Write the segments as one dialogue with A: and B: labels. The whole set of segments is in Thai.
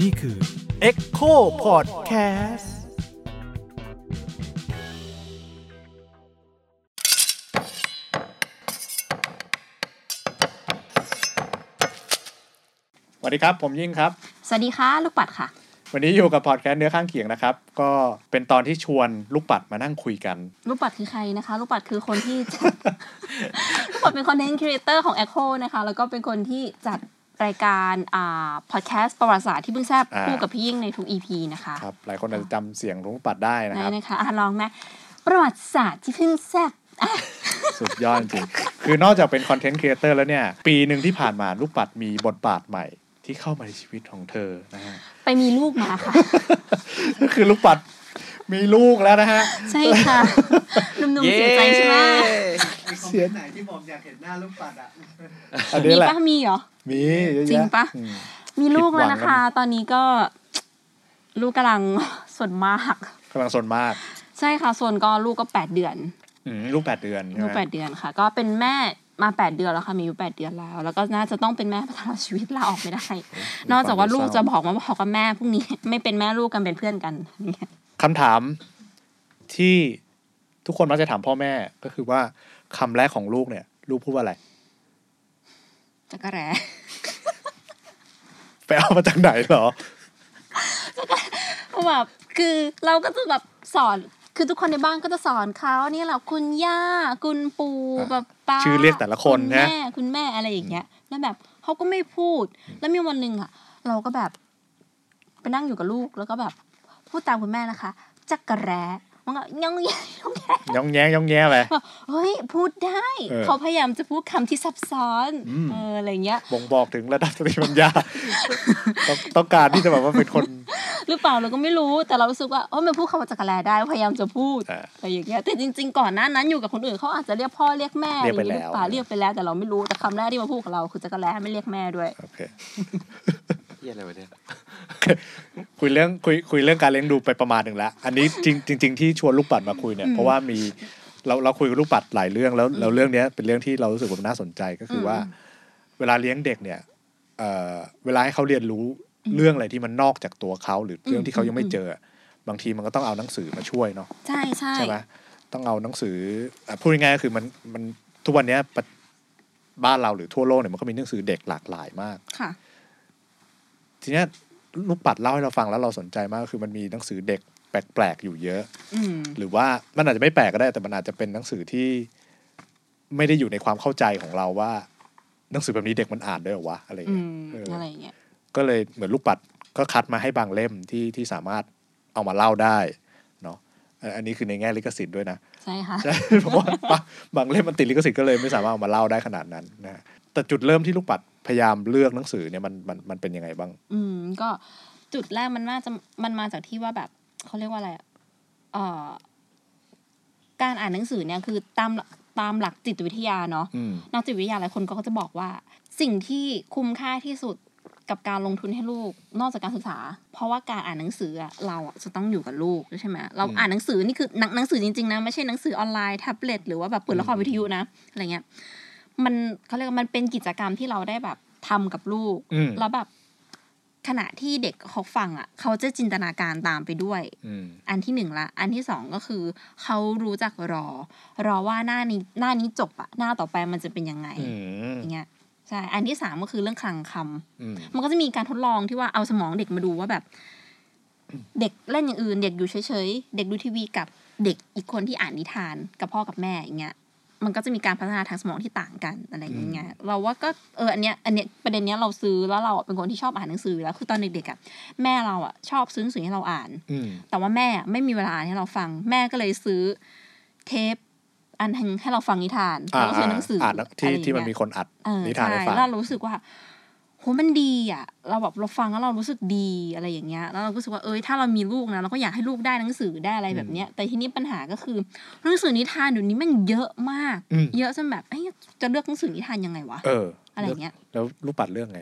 A: นี่คือ
B: Echo Podcast
C: สวัสดีครับ ผมยิ่งครับ
D: สวัสดีค่ะ ลูกปัดค่ะ
C: วันนี้อยู่กับพอดแคสต์เนื้อข้างเคียงนะครับ ก็เป็นตอนที่ชวนลูกปัดมานั่งคุยกัน
D: ลูกปัดคือใครนะคะ ลูกปัดคือคนที่ ลูกปัดเป็นคอนเทนต์ครีเอเตอร์ของ Echo นะคะ แล้วก็เป็นคนที่จัดรายการอ่าพอดแคสต์ประวัติศาสตร์ที่เพิ่งแซบ
C: อ่า
D: คู่กับพี่ยิ่งในทุก EP นะคะ
C: ครับ หลายคนอาจจะจำเสียงของลูกปัดได้นะ
D: ไหน
C: ค รับ
D: นะคะอ่ะลองไหมประวัติศาสตร์ที่เพิ่งแซบอ่ะ
C: สุดยอดจริง คือนอกจากเป็นคอนเทนต์ครีเอเตอร์แล้วเนี่ย ปีหนึ่งที่ผ่านมาลูกปัดมีบทบาทใหม่ที่เข้ามาในชีวิตของเธอนะฮะ
D: ไปมีลูกมา ค่ะ
C: ก็คือลูกปัดมีลูกแล้วนะฮะ
D: ใช่ค่ะหนุ่มๆเสียใจใช่ไหม
C: เสีย
B: ไหนที่ผมอยากเห็นหน้าลูกปัดอ่ะ
C: อัน
D: มี
C: นี้แหละ
D: ปะมีเหรอ
C: มีเยอแย
D: จริงปะ
C: อืม
D: มีลูกแล้ว
C: ผิดหวัง
D: นะ
C: แล้ว
D: คะ ตอนนี้ก็ ลูกกำลัง ส่วนมาก
C: กำลังสนมาก
D: ใช่ค่ะ ส่วนก็ลูกก็แปดเดือน
C: อืมลูกแปดเดือนใช่
D: ลู
C: ไห
D: ก
C: ม
D: แปดเดือนค่ะ ก็เป็นแม่มาแปดเดือนแล้วค่ะมีอายุแปดเดือนแล้ว แล้วก็น่าจะต้องเป็นแม่ตลอดชีวิตลาออกไม่ได้ นอกจากว่าลูกจะบอกว่าบอกกับแม่พรุ่งนี้ ไม่เป็นแม่ลูกกันเป็นเพื่อนกันอย่างเงี้ย
C: คำถามที่ทุกคนมักจะถามพ่อแม่ก็คือว่าคำแรกของลูกเนี่ย ลูกพูดว่าอะไร
D: จักรแร้
C: ไปเอามาจากไหนเหรอ
D: เพราะแบบคือเราก็จะแบบสอนคือทุกคนในบ้านก็จะสอนเขาเนี่ยแหละคุณย่าคุณปู่
C: อ่า
D: แบบป้า
C: ชื่อเรียกแต่ละคน
D: ณ
C: นะ
D: แม่คุณแม่อะไรอย่างเงี้ย แล้วแบบเขาก็ไม่พูด แล้วมีวันหนึ่งอ่ะ เราก็แบบ ไปนั่งอยู่กับลูกแล้วก็แบบ พูดตามคุณแม่นะคะจักรแร้มันก็ ยังยังยัง
C: ย่องแย้งย่องแย้ไป
D: แบบเฮ้ย พูดได้
C: เออ
D: เขาพยายามจะพูดคำที่ซับซ้อน
C: อืม
D: เออ อะไรเงี้ย
C: บ่งบอกถึงระดับสติปัญญาต้องต้องการที่จะแบบว่าเป็นคน
D: หรือเปล่าเราก็ไม่รู้ แต่เรารู้สึกว่าโอ้มันพูดคำว่าจักรแลได้ พยายามจะพูด
C: อ่า
D: อะไรอย่างเงี้ย แต่จริง ๆ ก่อนหน้านั้นอยู่กับคนอื่นเขาอาจจะเรียกพ่อเรียกแม่
C: เรียกไป
D: หรือเปล่า
C: แล้ว
D: เรียกไปแล้ว แต่เราไม่รู้ แต่คำแรกที่มาพูดกับเราคือจักรแลไม่เรียกแม่ด้วย
C: โอเค
E: เฮียอะไรวะเนี่ย
C: คุยเรื่องคุยคุยเรื่องการเลี้ยงดูไปประมาณหนึ่งแล้ว อันนี้จริงจริงจริงที่ชวนลูกปัดมาคุยเนี่ย
D: อืม
C: เพราะว่ามีเราเราคุยกับลูกปัดหลายเรื่องแล้วแล้วเรื่องเนี้ยเป็นเรื่องที่เรารู้สึกว่ามันน่าสนใจก็คืออ
D: ม
C: ว่า เวลาเลี้ยงเด็กเนี่ยเอ่อเวลาให้เขาเรียนรู้เรื่องอะไรที่มันนอกจากตัวเขาหรือเรื่องที่เขายังไม่เจอ บางทีมันก็ต้องเอาหนังสือมาช่วยเนาะ
D: ใช่ใช่
C: ใช่ไหมต้องเอาหนังสืออ่ะพูดง่ายๆก็คือมันมันทุกวันเนี้ยปะบ้านเราหรือทั่วโลกเนี่ยมันก็มีหนังสือเด็กหลากหลายมาก
D: ค่ะ
C: ทีเนี้ยลูกปัดเล่าให้เราฟังแล้วเราสนใจมากก็คือมันมีหนังสือเด็กแปลกๆอยู่เยอะ
D: อืม
C: หรือว่ามันอาจจะไม่แปลกก็ได้ แต่มันอาจจะเป็นหนังสือที่ไม่ได้อยู่ในความเข้าใจของเราว่า หนังสือแบบนี้เด็กมันอ่านด้วยเหรอวะอะไรอย่าง
D: อื
C: เงี้ย
D: ม
C: เอออ
D: อะไรอย่างเงี้ย
C: ก็เลยเหมือนลูกปัดก็คัดมาให้บางเล่มที่ที่สามารถเอามาเล่าได้เนาะเอ่ออันนี้คือในแง่ลิขสิทธิ์ด้วยนะ
D: ใช่ค่ะ
C: ใช่เพราะว่าบางบางเล่มมันติดลิขสิทธิ์ก็เลยไม่สามารถเอามาเล่าได้ขนาดนั้นนะฮะแต่จุดเริ่มที่ลูกปัดพยายามเลือกหนังสือเนี่ยมันมันมันเป็นยังไงบ้าง
D: อืมก็จุดแรกมันน่าจะมันมาจากที่ว่าแบบเขาเรียกว่าอะไรอะเอ่อการอ่านหนังสือเนี่ยคือตามตามหลักจิตวิทยาเนาะ
C: อืม
D: นักจิตวิทยาหลายคนก็จะบอกว่า สิ่งที่คุ้มค่าที่สุดกับการลงทุนให้ลูก นอกจากการศึกษา เพราะว่าการอ่านหนังสืออะเราอะจะต้องอยู่กับลูกใช่ไหมเราอ่านหนังสือนี่คือหนังหนังสือจริงๆนะไม่ใช่หนังสือออนไลน์แท็บเล็ตหรือว่าแบบเปิดละครวิทยุนะอะไรเงี้ย มันเขาเรียกว่ามันเป็นกิจกรรมที่เราได้แบบทำกับลูก
C: อืม
D: แล้วแบบขณะที่เด็กเขาฟังอ่ะ เขาจะจินตนาการตามไปด้วย
C: อืม
D: อันที่หนึ่งละ อันที่สองก็คือ เขารู้จักรอ รอว่าหน้านี้หน้านี้จบอะหน้าต่อไปมันจะเป็นยังไง
C: อืม
D: อย่างเงี้ยใช่ อันที่สามก็คือเรื่องคลังคำ
C: อืม
D: มันก็จะมีการทดลองที่ว่าเอาสมองเด็กมาดูว่าแบบ เด็กเล่นอย่างอื่น เด็กอยู่เฉยๆ เด็กดูทีวีกับเด็กอีกคนที่อ่านนิทานกับพ่อกับแม่อย่างเงี้ย มันก็จะมีการพัฒนาทางสมองที่ต่างกันอะไรอย่างเงี้ยเราว่าก็เอออันเนี้ยอันเนี้ยประเด็นเนี้ยเราซื้อแล้วเราเป็นคนที่ชอบอ่านหนังสืออยู่แล้วคือตอนเด็กๆอ่ะแม่เราอ่ะชอบซื้อหนังสือให้เราอ่าน
C: อืม
D: แต่ว่าแม่ไม่มีเวลาอ่านให้เราฟัง แม่ก็เลยซื้อเทป อันหนึ่งให้เราฟังนิทาน
C: อ่า
D: แล้วก็ซื้อหนังสืออ
C: อ่านที่
D: อะไรอย่าง
C: ที่มัน
D: เงี้ย
C: มีคนอัด
D: เออ
C: นิทาน
D: ใช่
C: ให้ฟัง
D: แล้วเรารู้สึกว่าโหมันดีอ่ะ เราแบบเราฟังแล้วเรารู้สึกดีอะไรอย่างเงี้ย แล้วเราก็รู้สึกว่าเอ้ยถ้าเรามีลูกนะเราก็อยากให้ลูกได้หนังสือได้อะไรแบบเนี้ย แต่ทีนี้ปัญหาก็คือหนังสือนิทานเดี๋ยวนี้แมันเยอะมาก
C: อืม
D: เยอะจนแบบเอ้ยจะเลือกหนังสือนิทานยังไงวะ
C: เออ
D: อะไรอย่างเงี้ย
C: แล้วลูกปัดเรื่องไง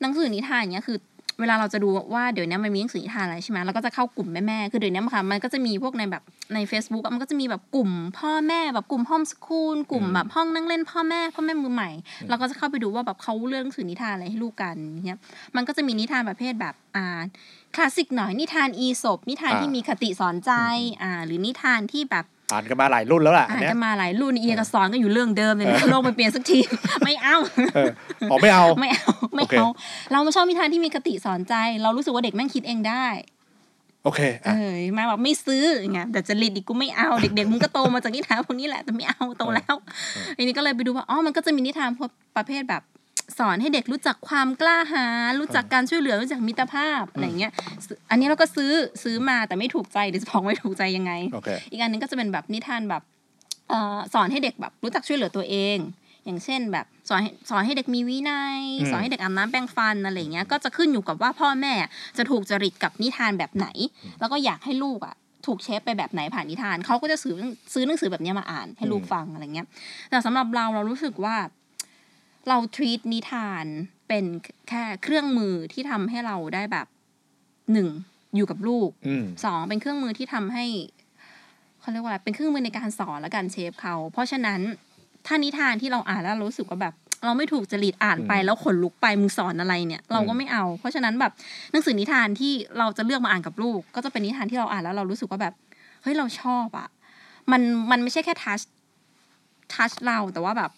D: หนังสือนิทานอย่างเงี้ยคือ เวลาเราจะดูว่าเดี๋ยวนี้มันมีหนังสือนิทานอะไรใช่ไหมเราก็จะเข้ากลุ่มแม่ๆคือเดี๋ยวนี้ค่ะมันก็จะมีพวกในแบบใน Facebook อะมันก็จะมีแบบกลุ่มพ่อแม่แบบกลุ่มห้องสคูลกลุ่ม
C: อืม
D: แบบห้องนั่งเล่นพ่อแม่พ่อแม่มือใหม่ เราก็จะเข้าไปดูว่าแบบเขาเลือกหนังสือนิทานอะไรให้ลูกกันอย่างเงี้ยมันก็จะมีนิทานประเภทแบบอ่าคลาสสิกหน่อยนิทานอีสบนิทานที่มีคติสอนใจอ่าหรือนิทานที่แบบ
C: อ่านกันมาหลายรุ่นแล้วล่ะอั
D: อ่าน น
C: เนี้ย
D: กันมาหลายรุ่นเอียกับสอนก็อยู่เรื่องเดิมเลยนะโลกมันเปลี่ยนสักที ไม่เอา
C: เอออ๋อไม่เอา
D: ไม่เอา ไม่
C: โอเค
D: เอา เราไม่ชอบนิทานที่มีคติสอนใจ เรารู้สึกว่าเด็กแม่งคิดเองได้
C: โอเค
D: เอ
C: อ่ะ
D: อมาบอกไม่ซื้ออย่างเงี้ยแต่จะริดอีกกูไม่เอาเด็กๆมึงก็โตมาจากนิทานพวกนี้แหละแต่ไม่เอาโตแล้วทีนี้ก็เลยไปดูว่าอ๋อมันก็จะมีนิทานพวกประเภทแบบ สอนให้เด็กรู้จักความกล้าหาญรู้จักการช่วยเหลือรู้จักมิตรภาพอะไรอย่างเงี้ยซื้ออันนี้เราก็ซื้อซื้อมาแต่ไม่ถูกใจเดี๋ยวจะบอกไม่ถูกใจยังไง
C: โอเค
D: อีกอันหนึงก็จะเป็นแบบนิทานแบบเออสอนให้เด็กแบบรู้จักช่วยเหลือตัวเอง อย่างเช่นแบบสอนให้สอนให้เด็กมีวินัย
C: อืม
D: สอนให้เด็กอาบน้ำแปรงฟันอะไรอย่างเงี้ยก็จะขึ้นอยู่กับว่าพ่อแม่จะถูกจริตกับนิทานแบบไหน แล้วก็อยากให้ลูกอ่ะถูกเชฟไปแบบไหนผ่านนิทานเขาก็จะซื้อซื้อหนังสือแบบเนี้ยมาอ่านให้ลูกฟังอะไรเงี้ย แต่สำหรับเราเรารู้สึกว่า เราทรีตนิทานเป็นแค่เครื่องมือที่ทำให้เราได้แบบหนึ่งอยู่กับลูก
C: อืม
D: สองเป็นเครื่องมือที่ทำให้เขาเรียกว่าอะไรเป็นเครื่องมือในการสอนและการเชฟเขา เพราะฉะนั้นถ้านิทานที่เราอ่านแล้วเรารู้สึกว่าแบบ เราไม่ถูกจริตอ่านไป
C: อืม
D: แล้วขนลุกไปมึงสอนอะไรเนี่ย เราก็
C: อืม
D: ไม่เอา เพราะฉะนั้นแบบหนังสือนิทานที่เราจะเลือกมาอ่านกับลูก ก็จะเป็นนิทานที่เราอ่านแล้วเรารู้สึกว่าแบบเฮ้ยเราชอบอะมันมันไม่ใช่แค่ทัชทัชเราแต่ว่าแบบ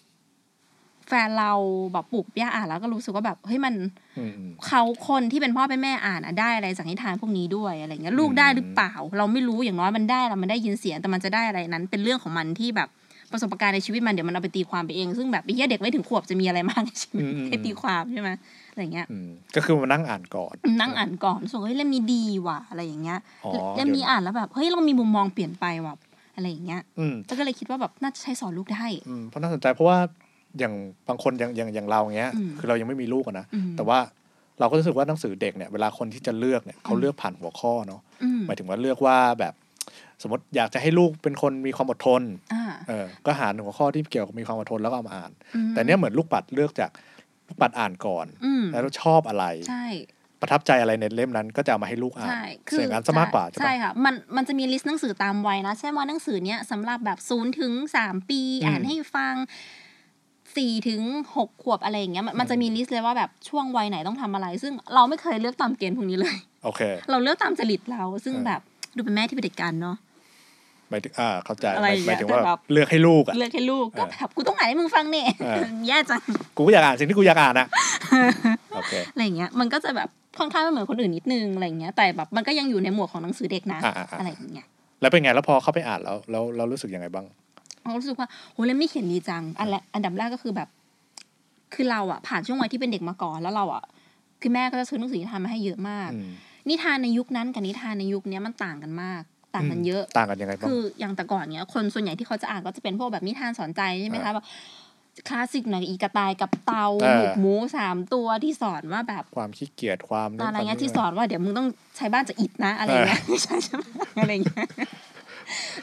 D: แฟนเราแบบปลูกย่าอ่านแล้วก็รู้สึกว่าแบบเฮ้ยมัน
C: อืมอืม
D: เขาคนที่เป็นพ่อเป็นแม่อ่านอะได้อะไรจากนิทานพวกนี้ด้วยอะไรเงี้ยลูกได้หรือเปล่า เราไม่รู้อย่างน้อยมันได้ละมันได้ยินเสียงแต่มันจะได้อะไรนั้น เป็นเรื่องของมันที่แบบประสบการณ์ในชีวิตมันเดี๋ยวมันเอาไปตีความไปเอง ซึ่งแบบไอ้เหี้ยเด็กไม่ถึงขวบจะมีอะไรมากในชีวิต
C: อืม
D: ให้ตีความใช่ไหมอะไรเงี้ย
C: อืมก็คือมานั่งอ่านก่อน
D: นั่งอ่านก่อนรู้ส่งเฮ้ยเล่มนี้ดีว่ะอะไรอย่างเงี้ย
C: อ๋อ
D: เล่มนี้
C: เดี๋ยว
D: อ่านแล้วแบบเฮ้ยเรามีมุมมองเปลี่ยนไปว่ะอะไรอย่างเงี้ย
C: อืม
D: แล้วก็เลยคิดว่าแบบน่าจะใช้สอนลูกได้
C: อืมเพราะน่าสนใจเพราะว่าอย่างบางคนอย่างอย่างอย่างเราเงี้ย
D: อืม
C: คือเรายังไม่มีลูกอะนะ
D: อืม
C: แต่ว่าเราก็รู้สึกว่าหนังสือเด็กเนี่ยเวลาคนที่จะเลือกเนี่ยเขาเลือกผ่านหัวข้อเนาะ
D: อืม
C: หมายถึงว่าเลือกว่าแบบ สมมติอยากจะให้ลูกเป็นคนมีความอดทน
D: อ่า
C: เออก็หาหัวข้อที่เกี่ยวกับมีความอดทนแล้วก็เอามาอ่าน
D: อืม
C: แต่เนี้ยเหมือนลูกปัดเลือกจากลูกปัดอ่านก่อน
D: อืม
C: แล้วชอบอะไร
D: ใช่
C: ประทับใจอะไรในเล่มนั้น ก็จะเอามาให้ลูกอ่าน
D: ใช่
C: เสียงอ่านซะมากกว่าใช่
D: ใช่
C: ปะ
D: ค่ะ มัน มันจะมีลิสต์หนังสือตามวัยนะ ใช่นว่าหนังสือเนี้ยสำหรับแบบศูนย์ถึงสามปี
C: อืม
D: อ่านให้ฟังสี่ถึงหกขวบอะไรอย่างเงี้ย มันมันจะ
C: อืม
D: มีลิสต์เลยว่าแบบช่วงวัยไหนต้องทำอะไร ซึ่งเราไม่เคยเลือกตามเกณฑ์พวกนี้เลย
C: โอเค
D: เราเลือกตามจริตเรา ซึ่ง
C: เออ
D: แบบดูเป็นแม่ที่เป็นเด็กกันเนาะ
C: หมายถึงอ่าเข้าใจ
D: อะไรอย่า
C: ห
D: งเงี้
C: มายยถึงว่า
D: แต่แบบ
C: เลือกให้ลูกอ่ะ
D: เลือกให้ลูก ก็
C: เออ
D: แบบกูต้องอ่านให้มึงฟังเนี่ย
C: เออ
D: แย่จัง
C: กูก็อยากอ่านสิ่งที่กูอยากอ่าน อะโอเค
D: อะไรอย่างเงี้ย มันก็จะแบบค่อนข้างไม่เหมือนคนอื่นนิดนึงอะไรอย่างเงี้ย แต่แบบมันก็ยังอยู่ในหมวดของหนังสือเด็กนะ
C: อ่าอ่าอ่า
D: อะไรอย่างเงี้ย
C: แล้วเป็นไงแล้วพอเข้าไปอ่านแล้วแล้วเรารู้สึกยังไงบ้าง
D: เรารู้สึกว่าโหเล่มนี้เขียนดีจัง อันแรกอันดับแรกก็คือแบบ คือเราอะผ่านช่วงวัยที่เป็นเด็กมาก่อนแล้วเราอะคือแม่ก็จะซื้อหนังสือนิทานมาให้เยอะมาก
C: อืม
D: นิทานในยุคนั้นกับนิทานในยุคเนี้ยมันต่างกันมาก ต่างกันเยอะ
C: ต่างกันยังไงบ้าง
D: คืออย่างแต่ก่อนเนี้ย คนส่วนใหญ่ที่เขาจะอ่านก็จะเป็นพวกแบบนิทานสอนใจใช่ไหมคะแบบคลาสสิกหน่อยอีกระต่ายกับเตา
C: เออ
D: หมูกหมูสามตัวที่สอนว่าแบบ
C: ความขี้เกียจความ
D: อะไรเงี้
C: ค
D: ย
C: วาม
D: ที่สอนว่าเดี๋ยวมึงต้องใช้บ้านจากอิฐนะอะไรเงี้ยไม่ใช่ใช่ไหมอะไรเงี้ย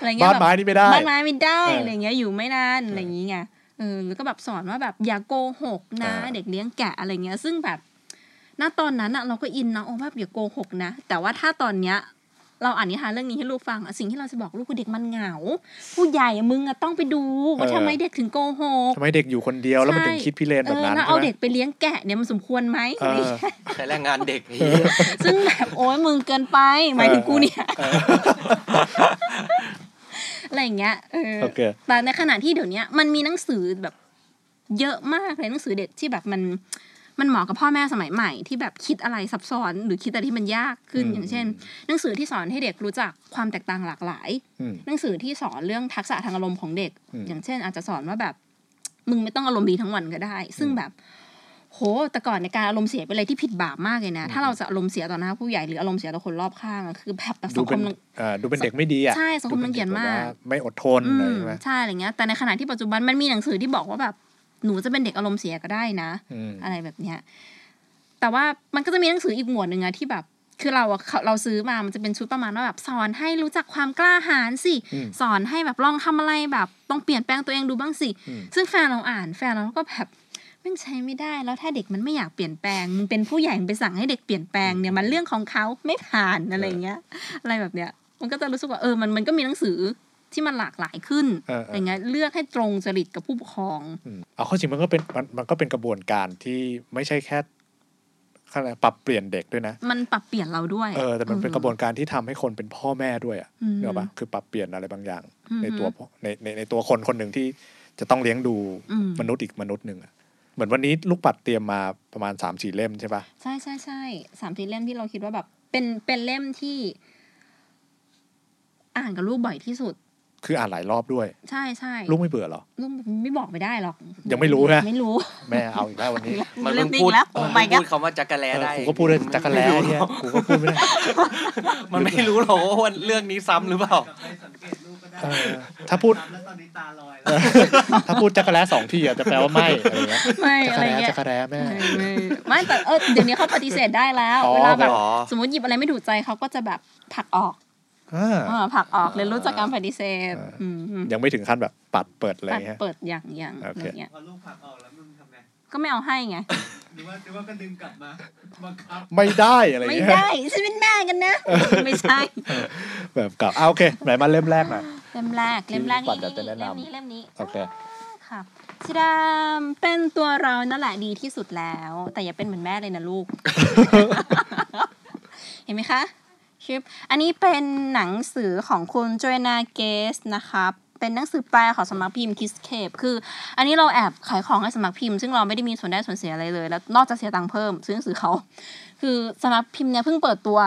D: อะไรเงี้ย
C: บ้าน
D: แบบ
C: ไม้นี่ไม่ได้
D: บ้านไม้ไม่ได้
C: เอออ
D: อะไรเงี้ยอยู่ไม่นานอะไรอย่างเงี้ยเออแล้วก็แบบสอนว่าแบบอย่าโกหกนะ
C: เออ
D: เด็กเลี้ยงแกะอะไรเงี้ย ซึ่งแบบณตอนนั้นอะเราก็อินนะโอ้แบบอย่าโกหกนะ แต่ว่าถ้าตอนเนี้ย เราอ่านนิทานเรื่องนี้ให้ลูกฟังอะสิ่งที่เราจะบอกลูกคือเด็กมันเหงา ผู้ใหญ่อะมึงอะต้องไปดูว่าทำไมเด็กถึงโกหก
C: ทำไมเด็กอยู่คนเดียวแล้วมันถึง
D: ใช่
C: คิดพิเรนแบบนั้น
D: เออแล้ว
C: ใช่
D: เอา
C: ไหม
D: เด็กไปเลี้ยงแกะเนี่ยมันสมควรไหม
C: เอ
D: อะ
C: อ
D: ไรเงี้ย
E: ใช้แรงงานเด็กไอ้เหี้ย
D: ซึ่งแบบโอ้ยมึงเกินไปหมายถึงกูเนี่ยอะไรอย่างเงี้ยเออ
C: โอเค
D: แต่ในขณะที่เดี๋ยวเนี้ยมันมีหนังสือแบบเยอะมากเลยหนังสือเด็กที่แบบมันมันเหมาะกับพ่อแม่สมัยใหม่ที่แบบคิดอะไรซับซ้อนหรือคิดอะไรที่มันยากขึ้น
C: อืม
D: อย่างเช่น หนังสือที่สอนให้เด็กรู้จักความแตกต่างหลากหลาย
C: อืม
D: หนังสือที่สอนเรื่องทักษะทางอารมณ์ของเด็ก
C: อืม
D: อย่างเช่น อาจจะสอนว่าแบบ มึงไม่ต้องอารมณ์ดีทั้งวันก็ได้ ซึ่งแบบ โหแต่ก่อนในการอารมณ์เสียเป็นอะไรที่ผิดบาปมากเลยนะ ถ้าเราจะอารมณ์เสียต่อหน้าผู้ใหญ่หรืออารมณ์เสียต่อคนรอบข้างอะคือแบบแต่สั
C: ู
D: งค
C: เป็น
D: มรัง
C: เอ่อดูเป็นเด็กไม่ดีอ่ะ
D: ใช่สังคมรังเกียจมาก
C: ดูเป็นเด็แบบว่ไม่อดทน
D: อื
C: อะไร
D: ม
C: ใช่ไหม
D: ใช่อะไรเงี้ยแต่ในขณะที่ปัจจุบันมันมีหนังสือที่บอกว่าแบบหนูจะเป็นเด็กอารมณ์เสียก็ได้นะ
C: อืม
D: อะไรแบบเนี้ยแต่ว่ามันก็จะมีหนังสืออีกหมวดหนึ่งอะที่แบบ คือเราอะเขาเราซื้อมามันจะเป็นชุดประมาณว่าแบบสอนให้รู้จักความกล้าหาญสิ
C: อืม
D: สอนให้แบบลองทำอะไรแบบต้องเปลี่ยนแปลงตัวเองดูบ้างสิ
C: อืม
D: ซึ่งแฟนเราอ่านแฟนเราก็แบบ แม่งใช้ไม่ได้แล้วถ้าเด็กมันไม่อยากเปลี่ยนแปลงมึงเป็นผู้ใหญ่มึงไปสั่งให้เด็กเปลี่ยนแปลงเนี่ยมันเรื่องของเขาไม่ผ่านอะไรอย่างเงี้ย อะไรแบบเนี้ย มันก็จะรู้สึกว่าเออมันมันก็มีหนังสือที่มันหลากหลายขึ้น
C: เออเอออ
D: ย่างเงี้ยเลือกให้ตรงจริตกับผู้ปกครอง
C: อืมเอาเข้อจริงมันก็เป็นมันมันก็เป็นกระบวนการที่ไม่ใช่แค่เขาเรียกอะไรปรับเปลี่ยนเด็กด้วยนะ
D: มันปรับเปลี่ยนเราด้วย
C: เออแต่มันเป็นกระบวนการที่ทำให้คนเป็นพ่อแม่ด้วยอ่ะ
D: อืม
C: เนกอะปะคือปรับเปลี่ยนอะไรบางอย่าง
D: อืม
C: ในตัวพ่อในในในตัวคนคนหนึ่งที่จะต้องเลี้ยงดู
D: อืม
C: มนุษย์อีกมนุษย์หนึ่งอะเหมือนวันนี้ลูกปัดเตรียมมาประมาณสามสี่เล่มใช่ปะ
D: ใช่ใช่ใช่สามสี่เล่มที่เราคิดว่าแบบ เป็นเป็นเล่มที่ อ่านกับลูกบ่อยที่สุด
C: คืออ่านหลายรอบด้วย
D: ใช่ใช่
C: ลูกไม่เบื่อเหรอ
D: ลูกไม่บอกไม่ได้หรอก
C: ยังไม่รู้นะ
D: ไม่รู้
C: แม่เอาอีกแล้ววันนี้
E: มัน
D: เริ่มวิ่
E: เพิ่งพู
D: ง
E: ด
D: แล้วโอ้ไม่ก็
E: พูดคำว่าจักรแล
C: เออ
E: ได้
C: กูก็พูดได้จักรแล้ เนี่ยกูก็พูดไม่ได้
E: มันไม่รู้หรอกว่าเรื่องนี้ซ้ำหรือเปล่า
B: กลับไปสังเกตลูกก็ได้
C: เออถ้าพูด
B: ตามแล้วตอนนี้ตาลอย
C: เอ
B: แล้ว
C: อถ้าพูดจักรแล้สองทีอ่ะจะแปลว่าไม่อะไรเงี้ย
D: ไม่
C: จั
D: อะ
C: กร
D: ไร
C: แล้
D: เงี้ย
C: จักรแล้แม่
D: ไม่ไม่ไม่แต่เออเดี๋ยวนี้เขาปฏิเสธได้แล้ว
C: อ๋อ
D: เวลาแบบ
E: เหรอ
D: สมมติหยิบอะไรไม่ถูกใจเขาก็จะแบบผลักออก
C: อ่า
D: เออผลักออกเลยรู้จักการปฏิเสธ
C: อ่า
D: อืมอืม
C: ยังไม่ถึงขั้นแบบปัดเปิดอะไร
D: ปัด
C: เงี้ย
D: เปิดอย่างอย่าง
C: โอ
D: อะไร
C: เค
D: เงี้ย
B: พอลูกผลักออกแล้วมึงทำไง
D: ก็ไม่เอาให้ไง
B: หรือว่าหรือว่าก็ดึงกลับมาบังคับ
C: ไม่ได้อะไร
D: ไม่
C: เงี้ย
D: ได้ฉันเป็นแม่กันนะ ไม่ใช่
C: แบบเก่าอ่ะโอเค ไหนมาเล่มแรกหน่อย
D: เล่มแรกเล่มแรก
C: ที่
D: นี่
C: ขวัญจะ
D: นี่
C: แนะ
D: เล่ม
C: นำ
D: นี้เล่มนี้
C: โอเค
D: ค่ะสีดำเป็นตัวเรานั่นแหละดีที่สุดแล้ว แต่อย่าเป็นเหมือนแม่เลยนะลูก เห็นไหมคะชิปอันนี้เป็นหนังสือของคุณโจนาเกสนะคะเป็นหนังสือแปลของสำนักพิมพ์คิสเคปคือ อันนี้เราแอบขายของให้สำนักพิมพ์ซึ่งเราไม่ได้มีส่วนได้ส่วนเสียอะไรเลย แล้วนอกจากเสียตังค์เพิ่มซื้อหนังสือเขา คือสำนักพิมพ์เนี่ยเพิ่งเปิดตัว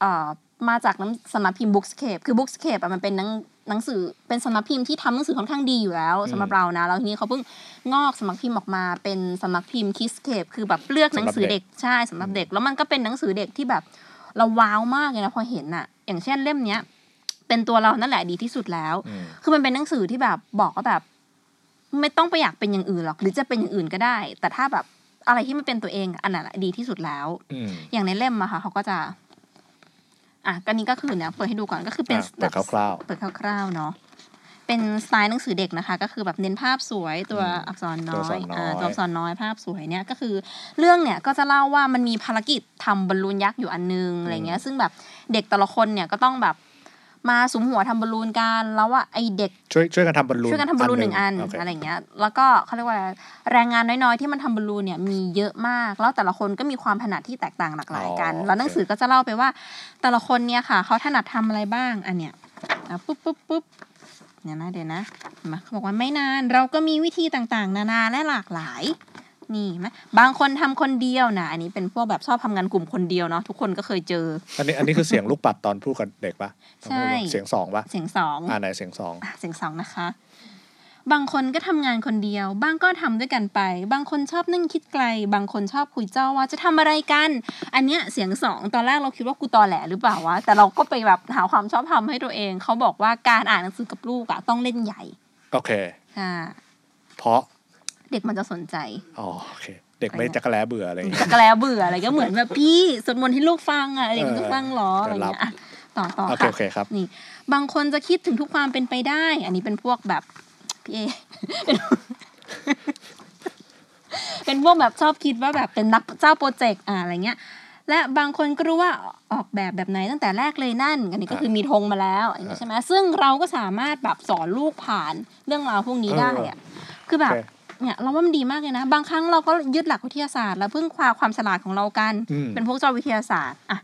D: เอ่อมาจากน้ำสำนักพิมพ์ Bookscape คือ Bookscape อะมันเป็นหนังหนังสือเป็นสำนักพิมพ์ที่ทำหนังสือค่อนข้างดีอยู่แล้วสำหรับเรานะแล้วทีนี้เขาเพิ่งงอกสำนักพิมพ์ออกมาเป็นสำนักพิมพ์ Kidscape คือแบบเลือกหนังสือเด็กใช่สำหรับเด็ก แล้วมันก็เป็นหนังสือเด็กที่แบบเราว้าวมากเลยนะพอเห็นอะอย่างเช่นเล่มเนี้ยเป็นตัวเรานั่นแหละดีที่สุดแล้ว
C: อืม
D: คือมันเป็นหนังสือที่แบบบอกว่าแบบ ไม่ต้องไปอยากเป็นอย่างอื่นหรอก หรือจะเป็นอย่างอื่นก็ได้ แต่ถ้าแบบอะไรที่มันเป็นตัวเองอันนั้นแหละดีที่สุดแล้ว
C: อืม
D: อย่างในเล่มอะค่ะเขาก็จะ อ่ะกันนี้ก็คือเนี่ยเปิดให้ดูก่อนก็คือเป็น
C: อ่ะเปิดคร่าวๆ
D: เปิดคร่าวๆเนาะเป็นสไตล์หนังสือเด็กนะคะ ก็คือแบบเน้นภาพสวยตัว
C: อืม
D: อักษรน้
C: ตัว
D: อ
C: อักษ
D: ย
C: รน้อย
D: อ่าตัวอักษรน้อยภาพสวยเนี่ยก็คือ เรื่องเนี่ยก็จะเล่าว่ามันมีภารกิจทำบอลลูนยักษ์อยู่อันนึงอะไรเงี้ย ซึ่งแบบเด็กแต่ละคนเนี่ยก็ต้องแบบมาสุมหัวทำบอลลูนกันแล้วว่าไอเด็ก
C: ช่วยช่วยกันทำบอลลูน
D: ช่วยกันทำบอลลูนหนึ่งอัน
C: โเค
D: อะไรอย่างเงี้ย แล้วก็เขาเรียกว่าแรงงานน้อยๆ ที่มันทำบอลลูนเนี่ยมีเยอะมาก แล้วแต่ละคนก็มีความถนัดที่แตกต่างหลากหลายกัน แล้วหนังสือก็จะเล่าไปว่า แต่ละคนเนี่ยค่ะเขาถนัดทำอะไรบ้างอันเนี้ยอ่ะปุ๊บปุ๊บปุ๊บเนี่ยวนะเดี๋ยวนะเห็นไหมาเขาบอกว่าไม่นาน เราก็มีวิธีต่างๆ นานาและหลากหลาย นี่เห็นไหมบางคนทำคนเดียวนะอันนี้เป็นพวกแบบชอบทำงานกลุ่มคนเดียวเนาะทุกคนก็เคยเจอ
C: อันนี้อันนี้คือเสียงลูกปัดตอนพูดกับเด็กปะ
D: ใช่
C: เสียงสองปะ
D: เสียงสอง
C: อ่าไหนเสียงสอง
D: อ่ะเสียงสองนะคะ บางคนก็ทำงานคนเดียว บางก็ทำด้วยกันไป บางคนชอบนั่งคิดไกล บางคนชอบคุยเจ้าว่าจะทำอะไรกัน อันเนี้ยเสียงสองตอนแรกเราคิดว่ากูตอแหลหรือเปล่าวะ แต่เราก็ไปแบบหาความชอบทำให้ตัวเอง เขาบอกว่าการอ่านหนังสือกับลูกอะต้องเล่นใหญ่
C: โอเค
D: อ่า
C: เพราะ
D: เด็กมันจะสนใจ
C: อ๋อโอเค เด็กไม่จักรแลเบื่ออะไรอย่างเงี้ย
D: จักรแลเบื่ออะไรก็เหมือนแบบพี่สวดมนต์ให้ลูกฟังอะเด็กมันจะฟังเหรออะไรเงี้ยอ่ะต่อต่อ
C: โอเค
D: ค่ะ
C: โอเคครับ
D: นี่บางคนจะคิดถึงทุกความเป็นไปได้ อันนี้เป็นพวกแบบพี่เอ เป็นพวกแบบชอบคิดว่าแบบเป็นนักเจ้าโปรเจกต์อ่าอะไรเงี้ย และบางคนก็รู้ว่าออกแบบแบบไหนตั้งแต่แรกเลยนั่น อันนี้ก็คือมีธงมาแล้วอย่างนี้ใช่ไหมซึ่งเราก็สามารถแบบสอนลูกผ่านเรื่องราวพวกนี้ได้อะคือแบบ
C: โอเค
D: เนี่ยเราว่ามันดีมากเลยนะ บางครั้งเราก็ยึดหลักวิทยาศาสตร์แล้วพึ่งพาความฉลาดของเรากัน
C: อืม
D: เป็นพวกเจ้าวิทยาศาสตร์อ่ะ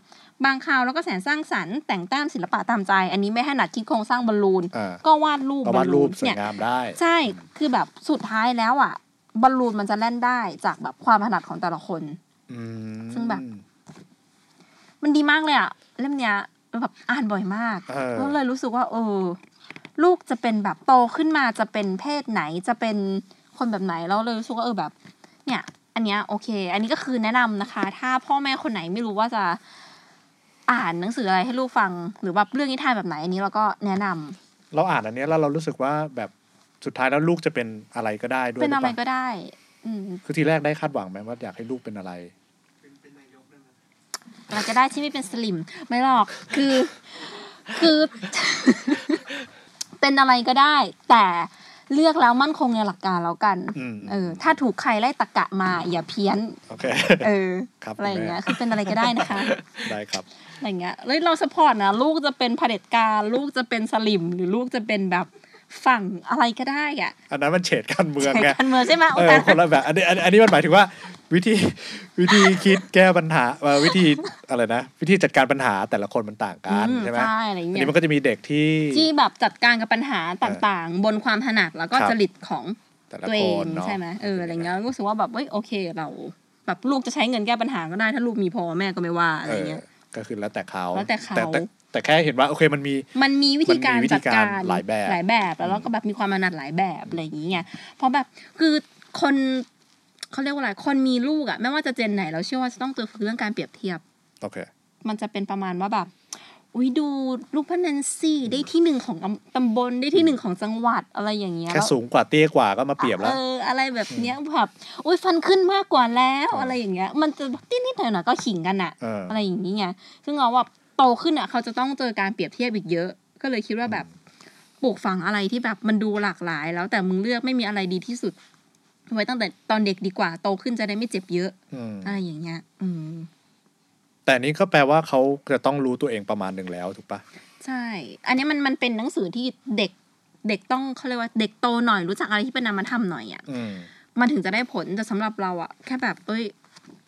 D: บางคราวแล้วก็แสนสร้างสรรค์แต่งแต้มศิลปะตามใจ อันนี้ไม่ถนัดคิดโครงสร้างบอลลูน
C: อ่า
D: ก็วาดรูป
C: ก็
D: บอ
C: วา
D: ล
C: ด
D: ลู
C: รู
D: น
C: ปสวยงามได้
D: ใช่คือแบบสุดท้ายแล้วอ่ะบอลลูนมันจะแล่นได้จากแบบความถนัดของแต่ละคน
C: อืม
D: ซึ่งแบบ มันดีมากเลยอ่ะเล่มเนี้ยแบบอ่านบ่อยมาก
C: เออ
D: ก็เลยรู้สึกว่าเออลูกจะเป็นแบบโตขึ้นมาจะเป็นเพศไหนจะเป็นคนแบบไหนเราเลยรู้สึกว่าเออแบบ เนี่ย อันเนี้ยโอเค อันนี้ก็คือแนะนำนะคะ ถ้าพ่อแม่คนไหนไม่รู้ว่าจะอ่านหนังสืออะไรให้ลูกฟัง หรือว่าเรื่องนิทานแบบไหนอันนี้เราก็แนะนำ
C: เราอ่านอันเนี้ยแล้วเรารู้สึกว่าแบบสุดท้ายแล้วลูกจะเป็นอะไรก็ได้ด้วย
D: เป็นอะไร
C: หป
D: ก็ได้ อืม
C: คือทีแรกได้คาดหวังไหมว่าอยากให้ลูกเป็นอะไร
B: เป็นเป็นนายกได้ไหม
D: อะไรก็ได้ที่ไม่เป็นสลิมไม่หรอกคือ คือ เป็นอะไรก็ได้ แต่ เลือกแล้วมั่นคงในหลักการแล้วกัน
C: อืม
D: เออ ถ้าถูกใครไล่ตะกะมาอย่าเพี้ยน
C: โอเค
D: เออ
C: ครับ
D: อะไรอย่างเงี้ย
C: คุณแม่
D: คือเป็นอะไรก็ได้นะคะ
C: ได้ครับ
D: อะไรอย่างเงี้ยเฮ้ยเราสปอร์ตนะลูกจะเป็นเผด็จการลูกจะเป็นสลิม หรือลูกจะเป็นแบบฝั่งอะไรก็ได้อ่ะ
C: อันนั้นมันเฉดการเมือง
D: ใช้
C: ไง
D: การเมืองใช่ไหมโอ
C: เอ
D: ตา
C: อคนละแบบอันนี้อันนี้อันนี้มันหมายถึงว่า วิธีวิธีคิดแก้ปัญหาเอ่อวิธีอะไรนะ วิธีจัดการปัญหาแต่ละคนมันต่างกัน
D: อื
C: ใช่ไหม
D: ใช่อะไรอย่าง
C: อัน
D: เงี้ย
C: นี้มันก็จะมีเด็กที่
D: ที่แบบจัดการกับปัญหาต่างๆ บนความถนัดแล้วก็
C: ครับ
D: จริตของ
C: แต่ละ
D: ตั
C: ค
D: วเอง
C: นเนาะ
D: ใช่ไหมเอออะไรเงี้ยรู้สึกว่าแบบเอ้ยโอเคเราแบบลูกจะใช้เงินแก้ปัญหาก็ได้ถ้าลูกมีพอแม่ก็ไม่ว่าอะไรเงี้ย
C: เออก็คือแล้วแต่เขา
D: แล้วแต่เขา
C: แต่แต่แค่เห็นว่าโอเคมันมี
D: มันมีวิธีการ
C: มันมีวิธี
D: จัด
C: การ
D: การ
C: หลายแบบ
D: หลายแบบแล้วเราก็แบบมีความถนัดหลายแบบอะไรอย่างเงี้ยเพราะแบบคือคนเขาเรียกว่าอะไรคนมีลูกอ่ะไม่ว่าจะเจนไหนเราเชื่อว่าจะต้องเจอเรื่องการเปรียบเทียบ
C: โอเค
D: มันจะเป็นประมาณว่าแบบ อุ้ยดูลูกพนันซี่ได้ที่หนึ่งของตำบลได้ที่หนึ่งของจังหวัดอะไรอย่างเงี้ย
C: แค่
D: แล้ว
C: สูงกว่าเตี้ยกว่าก็มาเปรียบแล้ว
D: เอออะไรแบบเนี้ยแบบอุ้ยฟันขึ้นมากกว่าแล้ว
C: อ่า
D: อะไรอย่างเงี้ย มันจะนิดนิดๆหน่อยหน่อยๆก็ขิงกันอะ
C: เออ
D: อะไรอย่างนี้ไงซึ่งเราว่าโตขึ้นอะเขาจะต้องเจอการเปรียบเทียบอีกเยอะ ก็เลยคิดว่าแบบปลูกฝังอะไรที่แบบมันดูหลากหลาย แล้วแต่มึงเลือกไม่มีอะไรดีที่สุด ไว้ตั้งแต่ตอนเด็กดีกว่า โตขึ้นจะได้ไม่เจ็บเยอะ
C: อืม
D: อะไรอย่างเงี้ย อืม
C: แต่นี้ก็แปลว่าเขาจะต้องรู้ตัวเองประมาณหนึ่งแล้วถูกปะ
D: ใช่ อันนี้มันมันเป็นหนังสือที่เด็กเด็กต้องเขาเรียกว่าเด็กโตหน่อยรู้จักอะไรที่เป็นนามธรรมหน่อยอะ
C: อืม
D: มันถึงจะได้ผลแต่สำหรับเราอะแค่แบบเอ้ย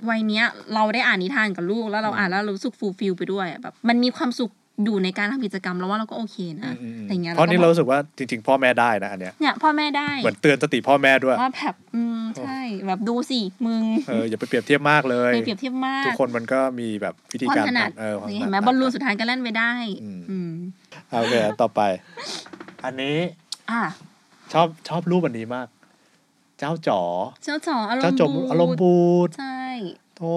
D: วัยเนี้ย เราได้อ่านนิทานกับลูกแล้วเรา
C: อืม
D: อ่านแล้วรู้สึกฟูลฟิลไปด้วยอะแบบมันมีความสุขอยู่ในการทำกิจกรรมแล้วว่าเราก็โอเคนะ
C: อืมอืมอืม
D: แต่เงี้ย
C: เพราะนี่เรา
D: ก็แบบ
C: รู้สึกว่าจริง ๆ พ่อแม่ได้นะอันเนี้ย
D: เนี่ยพ่อแม่ได้
C: เหมือนเตือนสติพ่อแม่ด้วย
D: ว่าแบบอืมใช่ แบบดูสิมึง
C: เอออย่าไปเปรียบเทียบมากเลย
D: ไปเปรียบเทียบมาก
C: ทุกคนมันก็มีแบบวิธี
D: ความ
C: การ
D: ถนัด
C: เออความถ
D: นี่
C: นั
D: เห็
C: ด
D: นไหมบอลลูนสุดท้ายก็เล่นไปได้
C: อืม
D: อืม
C: อ่ะโอเคอันต่อไป อันนี้
D: อ่ะ
C: ชอบชอบรูปอันนี้มาก เจ้าจ๋อ
D: เจ้าจ๋ออาร
C: เจ้าม
D: ณ์
C: จม
D: บูด
C: อารมณ์บูด
D: ใช่
C: โอ้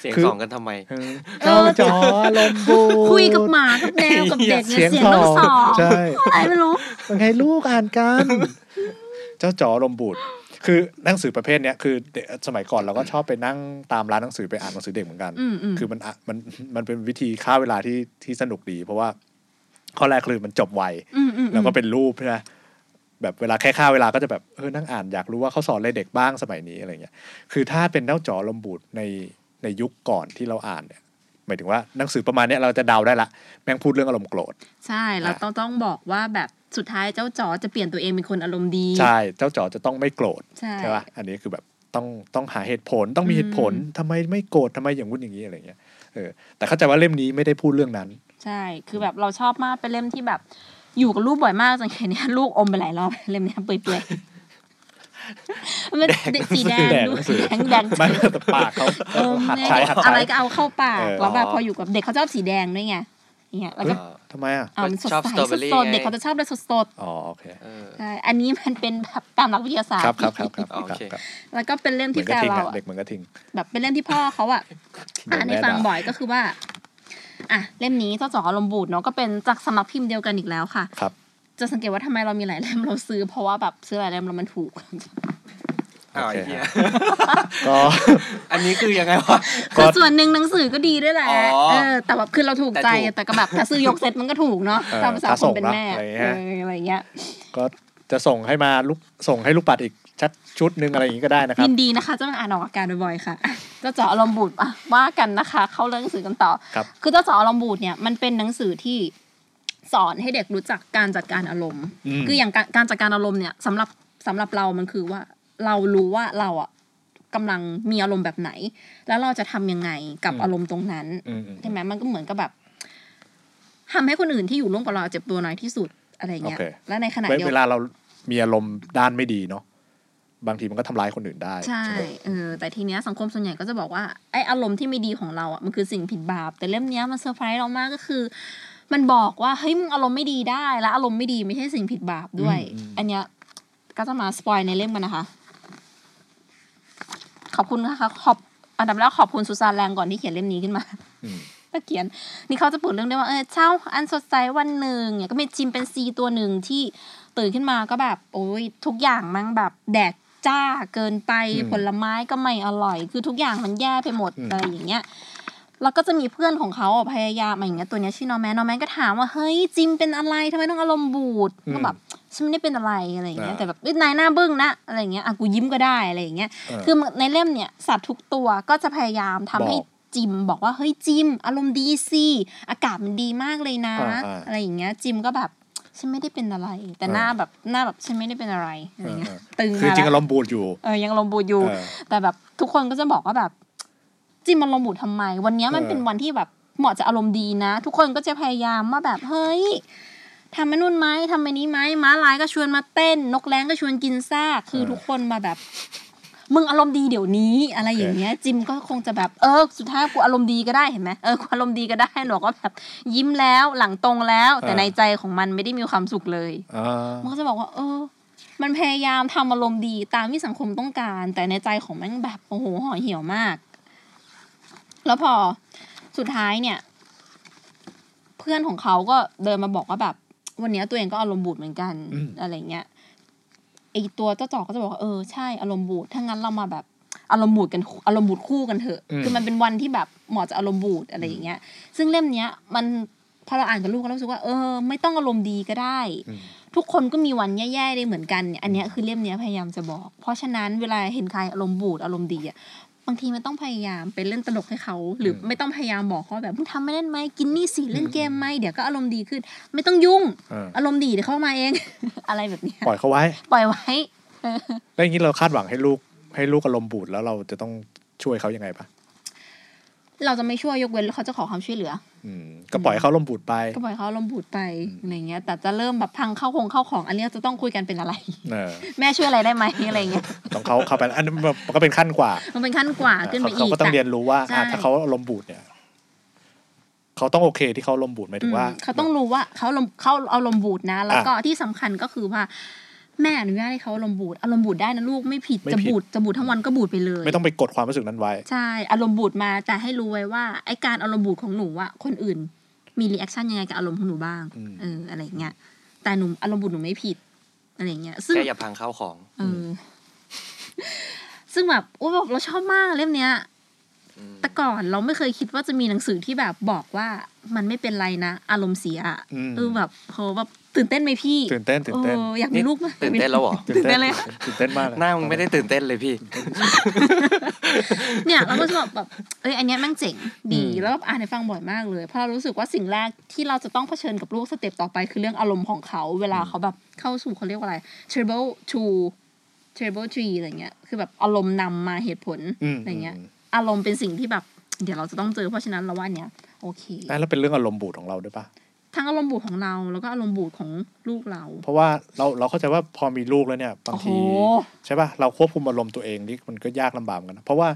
E: เสียงสองกันทำไม
C: เออเจ้าจ๋ออารมณ์บูด
D: คุยกับหมากับแมวกับเด็กเนี่ยเสียง
C: ส
D: ต้องสอง
C: ใช่
D: อะไรไม่รู้
C: มันให้ลูกอ่านกัน เจ้าจ๋อลมบูดคือหนังสือประเภทเนี้ยคือเด็กสมัยก่อนเราก็ชอบไปนั่งตามร้านหนังสือไปอ่านหนังสือเด็กเหมือนกัน
D: อืมอืม
C: คือมันอ่ะมันมันเป็นวิธีฆ่าเวลาที่ที่สนุกดี เพราะว่าข้อแรกคือมันจบไว
D: อืมอืมอืม
C: แล้วก็เป็นรูปใช่ไหมแบบเวลาแค่ฆ่าเวลาก็จะแบบเออนั่งอ่านอยากรู้ว่าเขาสอนอะไรเด็กบ้างสมัยนี้อะไรเงี้ยคือถ้าเป็นเจ้าจ๋อลมบูดในในยุคก่อนที่เราอ่านเนี่ยหมายถึงว่าหนังสือประมาณเนี้ยเราจะเดาได้ละแม่งพูดเรื่องอารมณ์โกรธ
D: ใช่เราต้องต้องบอกว่าแบบสุดท้ายเจ้าจ๋อจะเปลี่ยนตัวเองเป็นคนอารมณ์ดี
C: ใช่เจ้าจ๋อจะต้องไม่โกรธ
D: ใช่
C: ใช่ป่ะ อันนี้คือแบบต้องต้องหาเหตุผลต้องมีเหตุผล
D: อืม
C: ทำไมไม่โกรธทำไมอย่างวุ่นอย่างนี้อะไรเงี้ยเออแต่เข้าใจว่าเล่มนี้ไม่ได้พูดเรื่องนั้น
D: ใช่ คือแบบเราชอบมากเป็นเล่มที่แบบ อยู่กับลูกบ่อยมากจังเห็นเนี่ยลูกอมไปหลายรอบเล่มเนี้ยเปื่อยๆมันเป็นสีแดง
C: แดง
D: ดู
C: หนังสื
D: สี
C: อ
D: แดงแดง
C: ไม่แต่ปาก เขา
D: เออ
C: หัด
D: เนี่ย
C: ใช้หัด
D: อะ
C: ใช้
D: ไรก็เอาเข้าปาก
C: เออ
D: แล้วแบบ
E: อ๋อ
D: พออยู่กับเด็กเขาชอบสีแดงด้วยไงเนี่ยแล้วก็
E: เออ
C: ทำไมอ่ะ
D: เอามันสด
E: ชอบ
D: ใส
E: strawberry
D: สด
E: ไง
D: ๆเด็กเขาจะชอบอะไรสด
C: อ๋อโอเค
E: เออ
D: ๆใช่อันนี้มันเป็นแบบตามหลักวิทยาศาสต
C: ครับ
D: ร์
C: ครับครับครับ
E: โอเค
C: ครับ
D: แล้วก็เป็นเล่ม
C: เหมือ
D: ที่
C: น
D: แฟ
C: กระ
D: น
C: ทิง
D: เรา
C: อ่ะ
D: อะ
C: เด็กเหมือนกระทิง
D: แบบเป็นเล่มที่พ่อเขาอะ
C: โดน
D: อ่านในฟัง
C: แม่ด่า
D: บ่อยก็คือว่า อ่ะเล่มนี้เจ้าจ๋ออารมณ์บูดเนาะก็เป็นจากสำนักพิมพ์เดียวกันอีกแล้วค่ะ
C: ครับ
D: จะสังเกตว่าทำไมเรามีหลายเล่มเราซื้อ เพราะว่าแบบซื้อหลายเล่มแล้วมันถูก
E: อ้าว
C: โอเค
E: ไอ้เหี้ย
C: ก็
E: อันนี้คือยังไงวะ
C: ก็
D: คือส่วนหนึ่งหนังสือก็ดีด้วยแหละ
E: อ๋อ
D: เออแต่แบบคือเราถูกใจ
E: แต่ถูก
D: แต่ก็แบบถ้าซื้อยกเซ็ตมันก็ถูกเนาะ
C: เออ
D: ตามภาษา
C: ถ้า
D: ค
C: ส่
D: น
C: ง
D: เป็น
C: เนอะ
D: แม่
C: อะไรอย่างเงี้
D: เอย ออะไรอย่างเงี้ย
C: ก็จะส่งให้มาลูกส่งให้ลูกปัดอีกชัดชุดหนึ่งอะไรอย่างนี้ก็ได้นะครับ
D: ยินดีนะคะเจะมาอ่านออกอาการบ่อยๆค่ะอ่ะเจ้าจ๋ออารมณ์บูดอ่ะว่ากันนะคะ เข้าเรื่องหนังสือกันต่อ
C: ครับ
D: คือเจ้าจ๋ออารมณ์บูดเนี่ยมันเป็นหนังสือที่สอนให้เด็กรู้จักการจัดการอารมณ์
C: อืม
D: คืออย่างการการจัดการอารมณ์เนี่ยสำหรับสำหรับเรามันคือว่าเรารู้ว่าเราอ่ะกำลังมีอารมณ์แบบไหน แล้วเราจะทำยังไงกับ
C: อืม
D: อารมณ์ตรงนั้น
C: อืมอืม
D: ใช่ไหมมันก็เหมือนกับแบบทำให้คนอื่นที่อยู่ร่วมกับเราเจ็บตัวน้อยที่สุดอะไรเงี้ย และในขณะ
C: เว้น
D: เดียว
C: เวลาเรามีอารมณ์ด้านไม่ดีเนาะบางทีมันก็ทำร้ายคนอื่นได้
D: ใช่
C: ไหม
D: เออแต่ทีเนี้ยสังคมส่วนใหญ่ก็จะบอกว่าไออารมณ์ที่ไม่ดีของเราอ่ะมันคือสิ่งผิดบาป แต่เล่มเนี้ยมันเซอร์ไพรส์เรามากก็คือ มันบอกว่าเฮ้ยมึงอารมณ์ไม่ดีได้ และอารมณ์ไม่ดีไม่ใช่สิ่งผิดบาปด้วย
C: อืมอืม
D: อันเนี้ยก็จะมาสปอยในเล่มกันนะคะ ขอบคุณนะคะขอบอันดับแรกขอบคุณสุซานแรงก่อนที่เขียนเล่มนี้ขึ้นมา
C: อืม
D: ก็เขียน นี่เขาจะพูดเรื่องได้วยว่าเออเช้าอันสดใสวันหนึ่งเนี่ยก็มีจิมเป็นซีตัวหนึ่งที่ตื่นขึ้นมาก็แบบ โอ้ยทุกอย่างมันแบบแดดจ้าเกินไป
C: อืม
D: ผลไม้ก็ไม่อร่อย คือทุกอย่างมันแย่ไปหมด
C: อืม
D: อะไรอย่างเงี้ยแล้วก็จะมีเพื่อนของเขาอ่ะพยายามอะไรอย่างเงี้ยตัวเนี้ยชื่อนอร์แมนนอร์แมนก็ถามว่าเฮ้ยจิมเป็นอะไรทำไมต้องอารมณ์บูดก็แบบ ฉันไม่ได้เป็นอะไรอะไรอย่างเงี้ย
C: อ่า
D: แต่แบบเอ้ยนายหน้าบึ้งนะอะไรอย่างเงี้ยอ่ะกูยิ้มก็ได้อะไรอย่างเงี้ย
C: เออ
D: คือในเล่มเนี่ยสัตว์ทุกตัวก็จะพยายามทำให้
C: บอก
D: จิมบอกว่าเฮ้ยจิม อารมณ์ดีสิอากาศมันดีมากเลยนะ
C: อ่าอ่า
D: อะไรอย่างเงี้ย จิมก็แบบฉันไม่ได้เป็นอะไร แต่
C: อ่า
D: หน้าแบบหน้าแบบฉันไม่ได้เป็นอะไรอะไรเงี้ย
C: อ่า
D: ตึง
C: คือ
D: มา
C: จริงๆอา
D: แล้
C: ร
D: ว
C: มณ์บูดอยู่
D: เออยังลมณ์บูดอยู่
C: เออ
D: แต่แบบทุกคนก็จะบอกว่าแบบ จิมมันลมณ์บูดทำไม วันเนี้ยมัน
C: เออ
D: เป็นวันที่แบบเหมาะจะอารมณ์ดีนะ ทุกคนก็จะพยายามว่าแบบเฮ้ยทำมานู่นไหมทำมานี้ไหมม้าลายก็ชวนมาเต้น นกแร้งก็ชวนกินซากคือทุกคนมาแบบ มึงอารมณ์ดีเดี๋ยวนี้ อะไรอย่างเงี้ย จิมก็คงจะแบบเออสุดท้ายกูอารมณ์ดีก็ได้เห็นไหมเออกูอารมณ์ดีก็ได้หนวกก็แบบยิ้มแล้วหลังตรงแล้ว แต่ในใจของมันไม่ได้มีความสุขเลย
C: อ่า
D: มันก็จะบอกว่า เออ มันพยายามทำอารมณ์ดีตามที่สังคมต้องการ แต่ในใจของมันแบบโอ้โหห่อเหี่ยวมาก แล้วพอสุดท้ายเนี่ย เพื่อนของเขาก็เดินมาบอกว่าแบบ วันเนี้ยตัวเองก็อารมณ์บูดเหมือนกัน
C: อืม
D: อะไรเงี้ยไอตัวเจ้าจอกก็จะบอกว่าเออใช่อารมณ์บูดถ้างั้นเรามาแบบอารมณ์บูดกันอารมณ์บูดคู่กันเถอะ
C: อืม
D: คือมันเป็นวันที่แบบเหมาะจะอารมณ์บูดอะไรอย่างเงี้ย ซึ่งเล่มเนี้ย มันพอเราอ่านกับลูกก็รู้สึกว่าเออ ไม่ต้องอารมณ์ดีก็ได้
C: อืม
D: ทุกคนก็มีวันแย่ๆได้เหมือนกันเนี่ยอันเนี้ยคือเล่มเนี้ยพยายามจะบอก เพราะฉะนั้นเวลาเห็นใครอารมณ์บูดอารมณ์ดีอะบางทีมันต้องพยายามไปเล่นตลกให้เขา หรืออ
C: ม
D: ไม่ต้องพยายามบอกเขาแบบมึงทำไม่เล่นไหมกินนี่สิเล่น
C: อืม
D: เกมไหมเดี๋ยวก็อารมณ์ดีขึ้น ไม่ต้องยุ่ง
C: เออ
D: อารมณ์ดีเดี๋ยวเข้ามาเอง อะไรแบบเนี้ย
C: ปล่อยเขาไว้
D: ปล่อยไว้
C: แล้วอย่างนี้เราคาดหวังให้ลูกให้ลูกอารมณ์บูดแล้วเราจะต้องช่วยเขายังไงปะ
D: เราจะไม่ช่วยยกเว้นเขาจะขอความช่วยเหลือ
C: อืมก็ปล่อยให้เขาอารมณ์บูดไป
D: ก็ปล่อยเขาอารมณ์บูดไป
C: อืม
D: อะไรเงี้ยแต่จะเริ่มแบบพังเข้าคงเข้าของอันเนี้ยจะต้องคุยกันเป็นอะไร
C: เออ
D: แม่ช่วยอะไรได้ไหมอะไรเงี้ย
C: ต้องเขาเขาไปอันนั้นมันก็เป็นขั้นกว่า
D: มันเป็นขั้นกว่าขึ้นไป
C: เขา
D: อีก
C: เขาก็ต้อง
D: แต่
C: เรียนรู้ว่าอ่ะ
D: ใช่
C: ถ้าเขาอารมณ์บูดเนี่ยเขาต้องโอเคที่เขาอารมณ์บูดหมายถึงว่า
D: อืมเขาต้องรู้ว่าเขาลมเขาเอาลมบูดนะ แล้วก็ที่สำคัญก็คือว่า แม่อนุญาตให้เขาลมบูดอารมณ์บูดได้นะลูกไม่ผิด
C: ไม่
D: จะ
C: ผิด
D: บูดจะบูดทั้งวันก็บูดไปเลย
C: ไม่ต้องไปกดความรู้สึกนั้นไว้
D: ใช่อารมณ์บูดมาแต่ให้รู้ไว้ว่าไอการอารมณ์บูดของหนูอะคนอื่น มีรีแอคชั่นยังไงกับอารมณ์ของหนูบ้าง
C: อืม
D: เอออะไรอย่างเงี้ยแต่หนูอารมณ์บูดหนูไม่ผิดอะไรอย่างเงี้ยซึ่ง
E: แค่อย่าพังข้าวของ
D: เออ ซึ่งแบบโอ้แบบเราชอบมากเล่มเนี้ย
E: อืม
D: แต่ก่อนเราไม่เคยคิดว่าจะมีหนังสือที่แบบบอกว่ามันไม่เป็นไรนะ อารมณ์เสียอะ
C: อืม
D: เออแบบโหแบบตื่นเต้นไหมพี่
C: ตื่นเต้นตื่นเต้น
D: เอออยากมีลูกมาก
E: ตื่นเต้นแล้วเหรอ
D: ตื่นเต้นเลยอะ
C: ตื่นเต้นมากเลย
E: หน้ามึงไม่ได้ตื่นเต้นเลยพี่
D: เนี่ยเราก็จะแบบแบบเอ้ยอันเนี้ยแม่งเจ๋งดีแล้วก็อ่านให้ฟังบ่อยมากเลยเพราะเรารู้สึกว่าสิ่งแรกที่เราจะต้องเผชิญกับลูกสเต็ปต่อไปคือเรื่องอารมณ์ของเขา เวลาเขาแบบเข้าสู่เขาเรียกว่าอะไร trouble to trouble tree อะไรเงี้ยคือแบบอารมณ์นำมาเหตุผล
C: ม
D: อะไรเงี้ย อารมณ์เป็นสิ่งที่แบบ เดี๋ยวเราจะต้องเจอเพราะฉะนั้นเราว่าอันเนี้ยโอเค
C: อ่ะแล้วเป็นเรื่องอารมณ์บูดของเราด้วยปะ
D: ทั้งอารมณ์บูดของเราแล้วก็อารมณ์บูดของลูกเรา
C: เพราะว่าเราเราเข้าใจว่าพอมีลูกแล้วเนี่ยบาง
D: โอ้โห
C: ที ใช่ป่ะเราควบคุมอารมณ์ตัวเองนี่มันก็ยากลำบากเหมือนกันนะเพราะว่า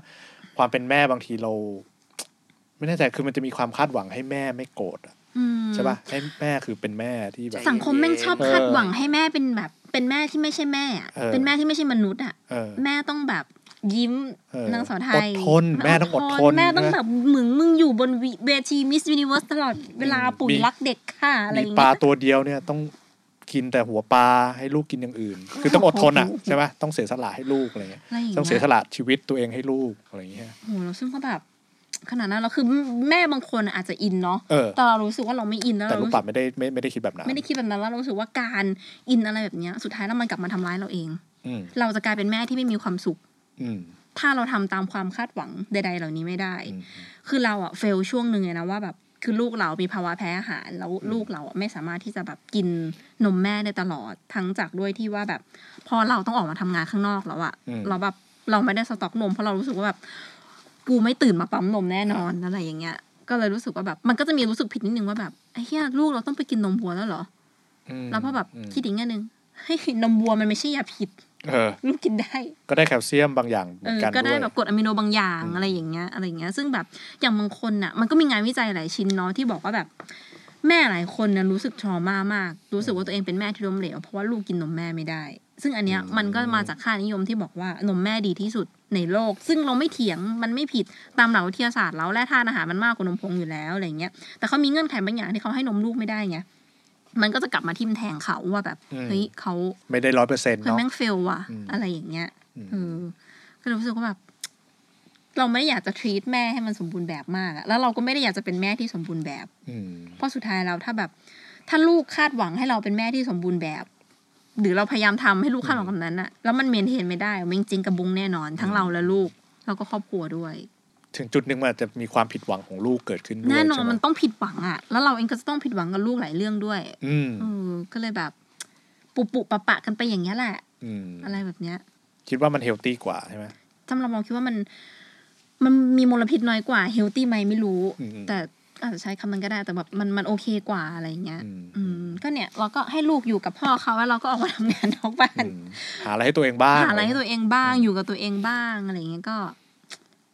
C: ความเป็นแม่บางทีเรา ไม่แน่ใจคือมันจะมีความคาดหวังให้แม่ไม่โกรธอะ
D: อืม
C: ใช่ป่ะให้แม่คือเป็นแม่ที่แบบ
E: ใช่
D: สังคมแม่งชอบ
C: เออ
D: คาดหวังให้แม่เป็นแบบ เป็นแม่ที่ไม่ใช่แม่อะ
C: เออ
D: เป็นแม่ที่ไม่ใช่มนุษย์อ่ะ
C: เออ
D: แม่ต้องแบบยิ้ม
C: เออน
D: างสาวไทย
C: อดทนแม่ต้องอดทน
D: แม่ต้อง
C: นะ
D: แบบเหมึงมึงอยู่บนวิเวทีมิส s u นิเวิร์สตลอดเวลาปุ๋ยรักเด็กค่ะอะไรอ
C: มี
D: ย่าง
C: ปลา
D: เงี้ย
C: ตัวเดียวเนี่ยต้องกินแต่หัวปลาให้ลูกกินอย่างอื่น คือต้องอดทน อ่ะ
D: โอ้โห
C: ใช่ป่ะต้องเสียสละให้ลูกอะไรเงี้ย
D: อะไรอย่าง
C: ต้องเสีย
D: เงี้ย
C: สละชีวิตตัวเองให้ลูกอะไรเงี้ย
D: โหเราซึ่งก็แบบ ขนาดนั้นเราคือแม่บางคนอาจจะอินเนาะ
C: เออ
D: แต่เรารู้สึกว่าเราไม่อินแล้ว
C: แต่
D: เรา
C: ลูก
D: รู้
C: ป
D: สึ
C: รับ
D: ก
C: ไม่ได้ไม่ไม่ได้คิดแบบนั้น
D: ไม่ได้คิดแบบนั้นแล้วเรารู้สึกว่าการอินอะไรแบบเนี้ยสุดท้ายแล้วมันกลับมาทำร้ายเราเอง
C: อืม
D: เราจะกลายเป็นแม่ที่ไม่มีความสุข
C: อืม
D: ถ้าเราทำตามความคาดหวังใด ๆ เหล่านี้ไม่ได้
C: อืม
D: คือเราอะเฟลช่วงหนึ่งเลยนะว่าแบบคือลูกเรามีภาวะแพ้อาหาร แล้ว
C: อืม
D: ลูกเราอะไม่สามารถที่จะแบบกินนมแม่ได้ตลอดทั้งจากด้วยที่ว่าแบบ พอเราต้องออกมาทำงานข้างนอกแล้วอะ
C: อืม
D: เราแบบเราไม่ได้สต็อกนมเพราะเรารู้สึกว่าแบบกูไม่ตื่นมาปั๊มนมแน่นอนอะไรอย่างเงี้ย ก็เลยรู้สึกว่าแบบ มันก็จะมีรู้สึกผิดนิดนึงว่าแบบไอ้เหี้ยลูกเราต้องไปกินนมวัวแล้วเหรอ
C: ม
D: แล้วพอแบบ
C: อืม
D: คิดอีกแง่หนึ่ง เฮ้ยนมวัวมันไม่ใช่ยาผิด
C: เออ
D: ลูกกินได้
C: ก็ได้แคลเซียมบางอย่างเหมื
D: เอ
C: อน
D: อ
C: กัน
D: ก็ได้
C: ด้วย
D: แบบกรดอะมิโนบางอย่าง
C: อืม
D: อะไรอย่างเงี้ยอะไรอย่างเงี้ย ซึ่งแบบอย่างบางคนน่ะ มันก็มีงานวิจัยหลายชิ้นเนาะที่บอกว่าแบบ แม่หลายคนน่ะรู้สึกทรมามาก รู้สึกว่าตัวเองเป็นแม่ที่ล้มเหลวเพราะว่าลูกกินนมแม่ไม่ได้ ซึ่งอันเนี้ยมันก็มาจากค่านิยมที่บอกว่านมแม่ดีที่สุดในโลก ซึ่งเราไม่เถียงมันไม่ผิดตามหลักวิทยาศาสตร์แล้วแร่ธาตุอาหารมันมากกว่านมผงอยู่แล้วอะไรอย่างเงี้ยแต่เขามีเงื่อนไขบางอย่างที่เขาให้นมลูกไม่ได้ไงมันก็จะกลับมาทิมแทงเขาว่าแบบ
C: อืม
D: เฮ้ยเขา
C: ไม่ได้ร้อยเปอร์เซ็นต์
D: เฮ้ย
C: เนาะ
D: แม่งเฟลว่ะ
C: อืม
D: อะไรอย่างเงี้ย
C: อืม
D: เออก็เลยรู้สึกว่าแบบ เราไม่ได้อยากจะ treat แม่ให้มันสมบูรณ์แบบมากอะแล้วเราก็ไม่ได้อยากจะเป็นแม่ที่สมบูรณ์แบบ เพราะสุดท้ายเราถ้าแบบ ถ้าลูกคาดหวังให้เราเป็นแม่ที่สมบูรณ์แบบ หรือเราพยายามทำให้ลูกข้ามหลังกับนั้นอะแล้วมันเมนเทนไม่ได้มันจริงๆกระบุงแน่นอน ทั้งเราและลูกแล้วก็ครอบครัวด้วย
C: ถึงจุดหนึ่งมันอาจจะมีความผิดหวังของลูกเกิดขึ้นด้วย
D: แน่นอ
C: ใช่
D: น
C: ไหม
D: มันต้องผิดหวังอะแล้วเราเองก็จะต้องผิดหวังกับลูกหลายเรื่องด้วย
C: อืม
D: เออก็เลยแบบ ปุปุปะปะกันไปอย่างเงี้ยแหละ
C: อืม
D: อะไรแบบเนี้ย
C: คิดว่ามันเฮลตี้กว่าใช่ไหม
D: สำหรับเราคิดว่ามัน มันมีมลพิษน้อยกว่าเฮลตี้ไหมไม่รู้
C: อืมอืม
D: แต่อาจจะใช้คำนั้นก็ได้ แต่แบบมันมันโอเคกว่าอะไรอย่างเงี้ย
C: อืม
D: อืม ก็เนี่ย เราก็ให้ลูกอยู่กับพ่อเขาแล้วเราก็ออกมาทำงานนอกบ้า
C: อื
D: น
C: มหาอะไรให้ตัวเองบ้าง
D: หาอะไรให้ตัวเองบ้าง
C: อืม
D: อยู่กับตัวเองบ้างอะไรอย่างเงี้ยก็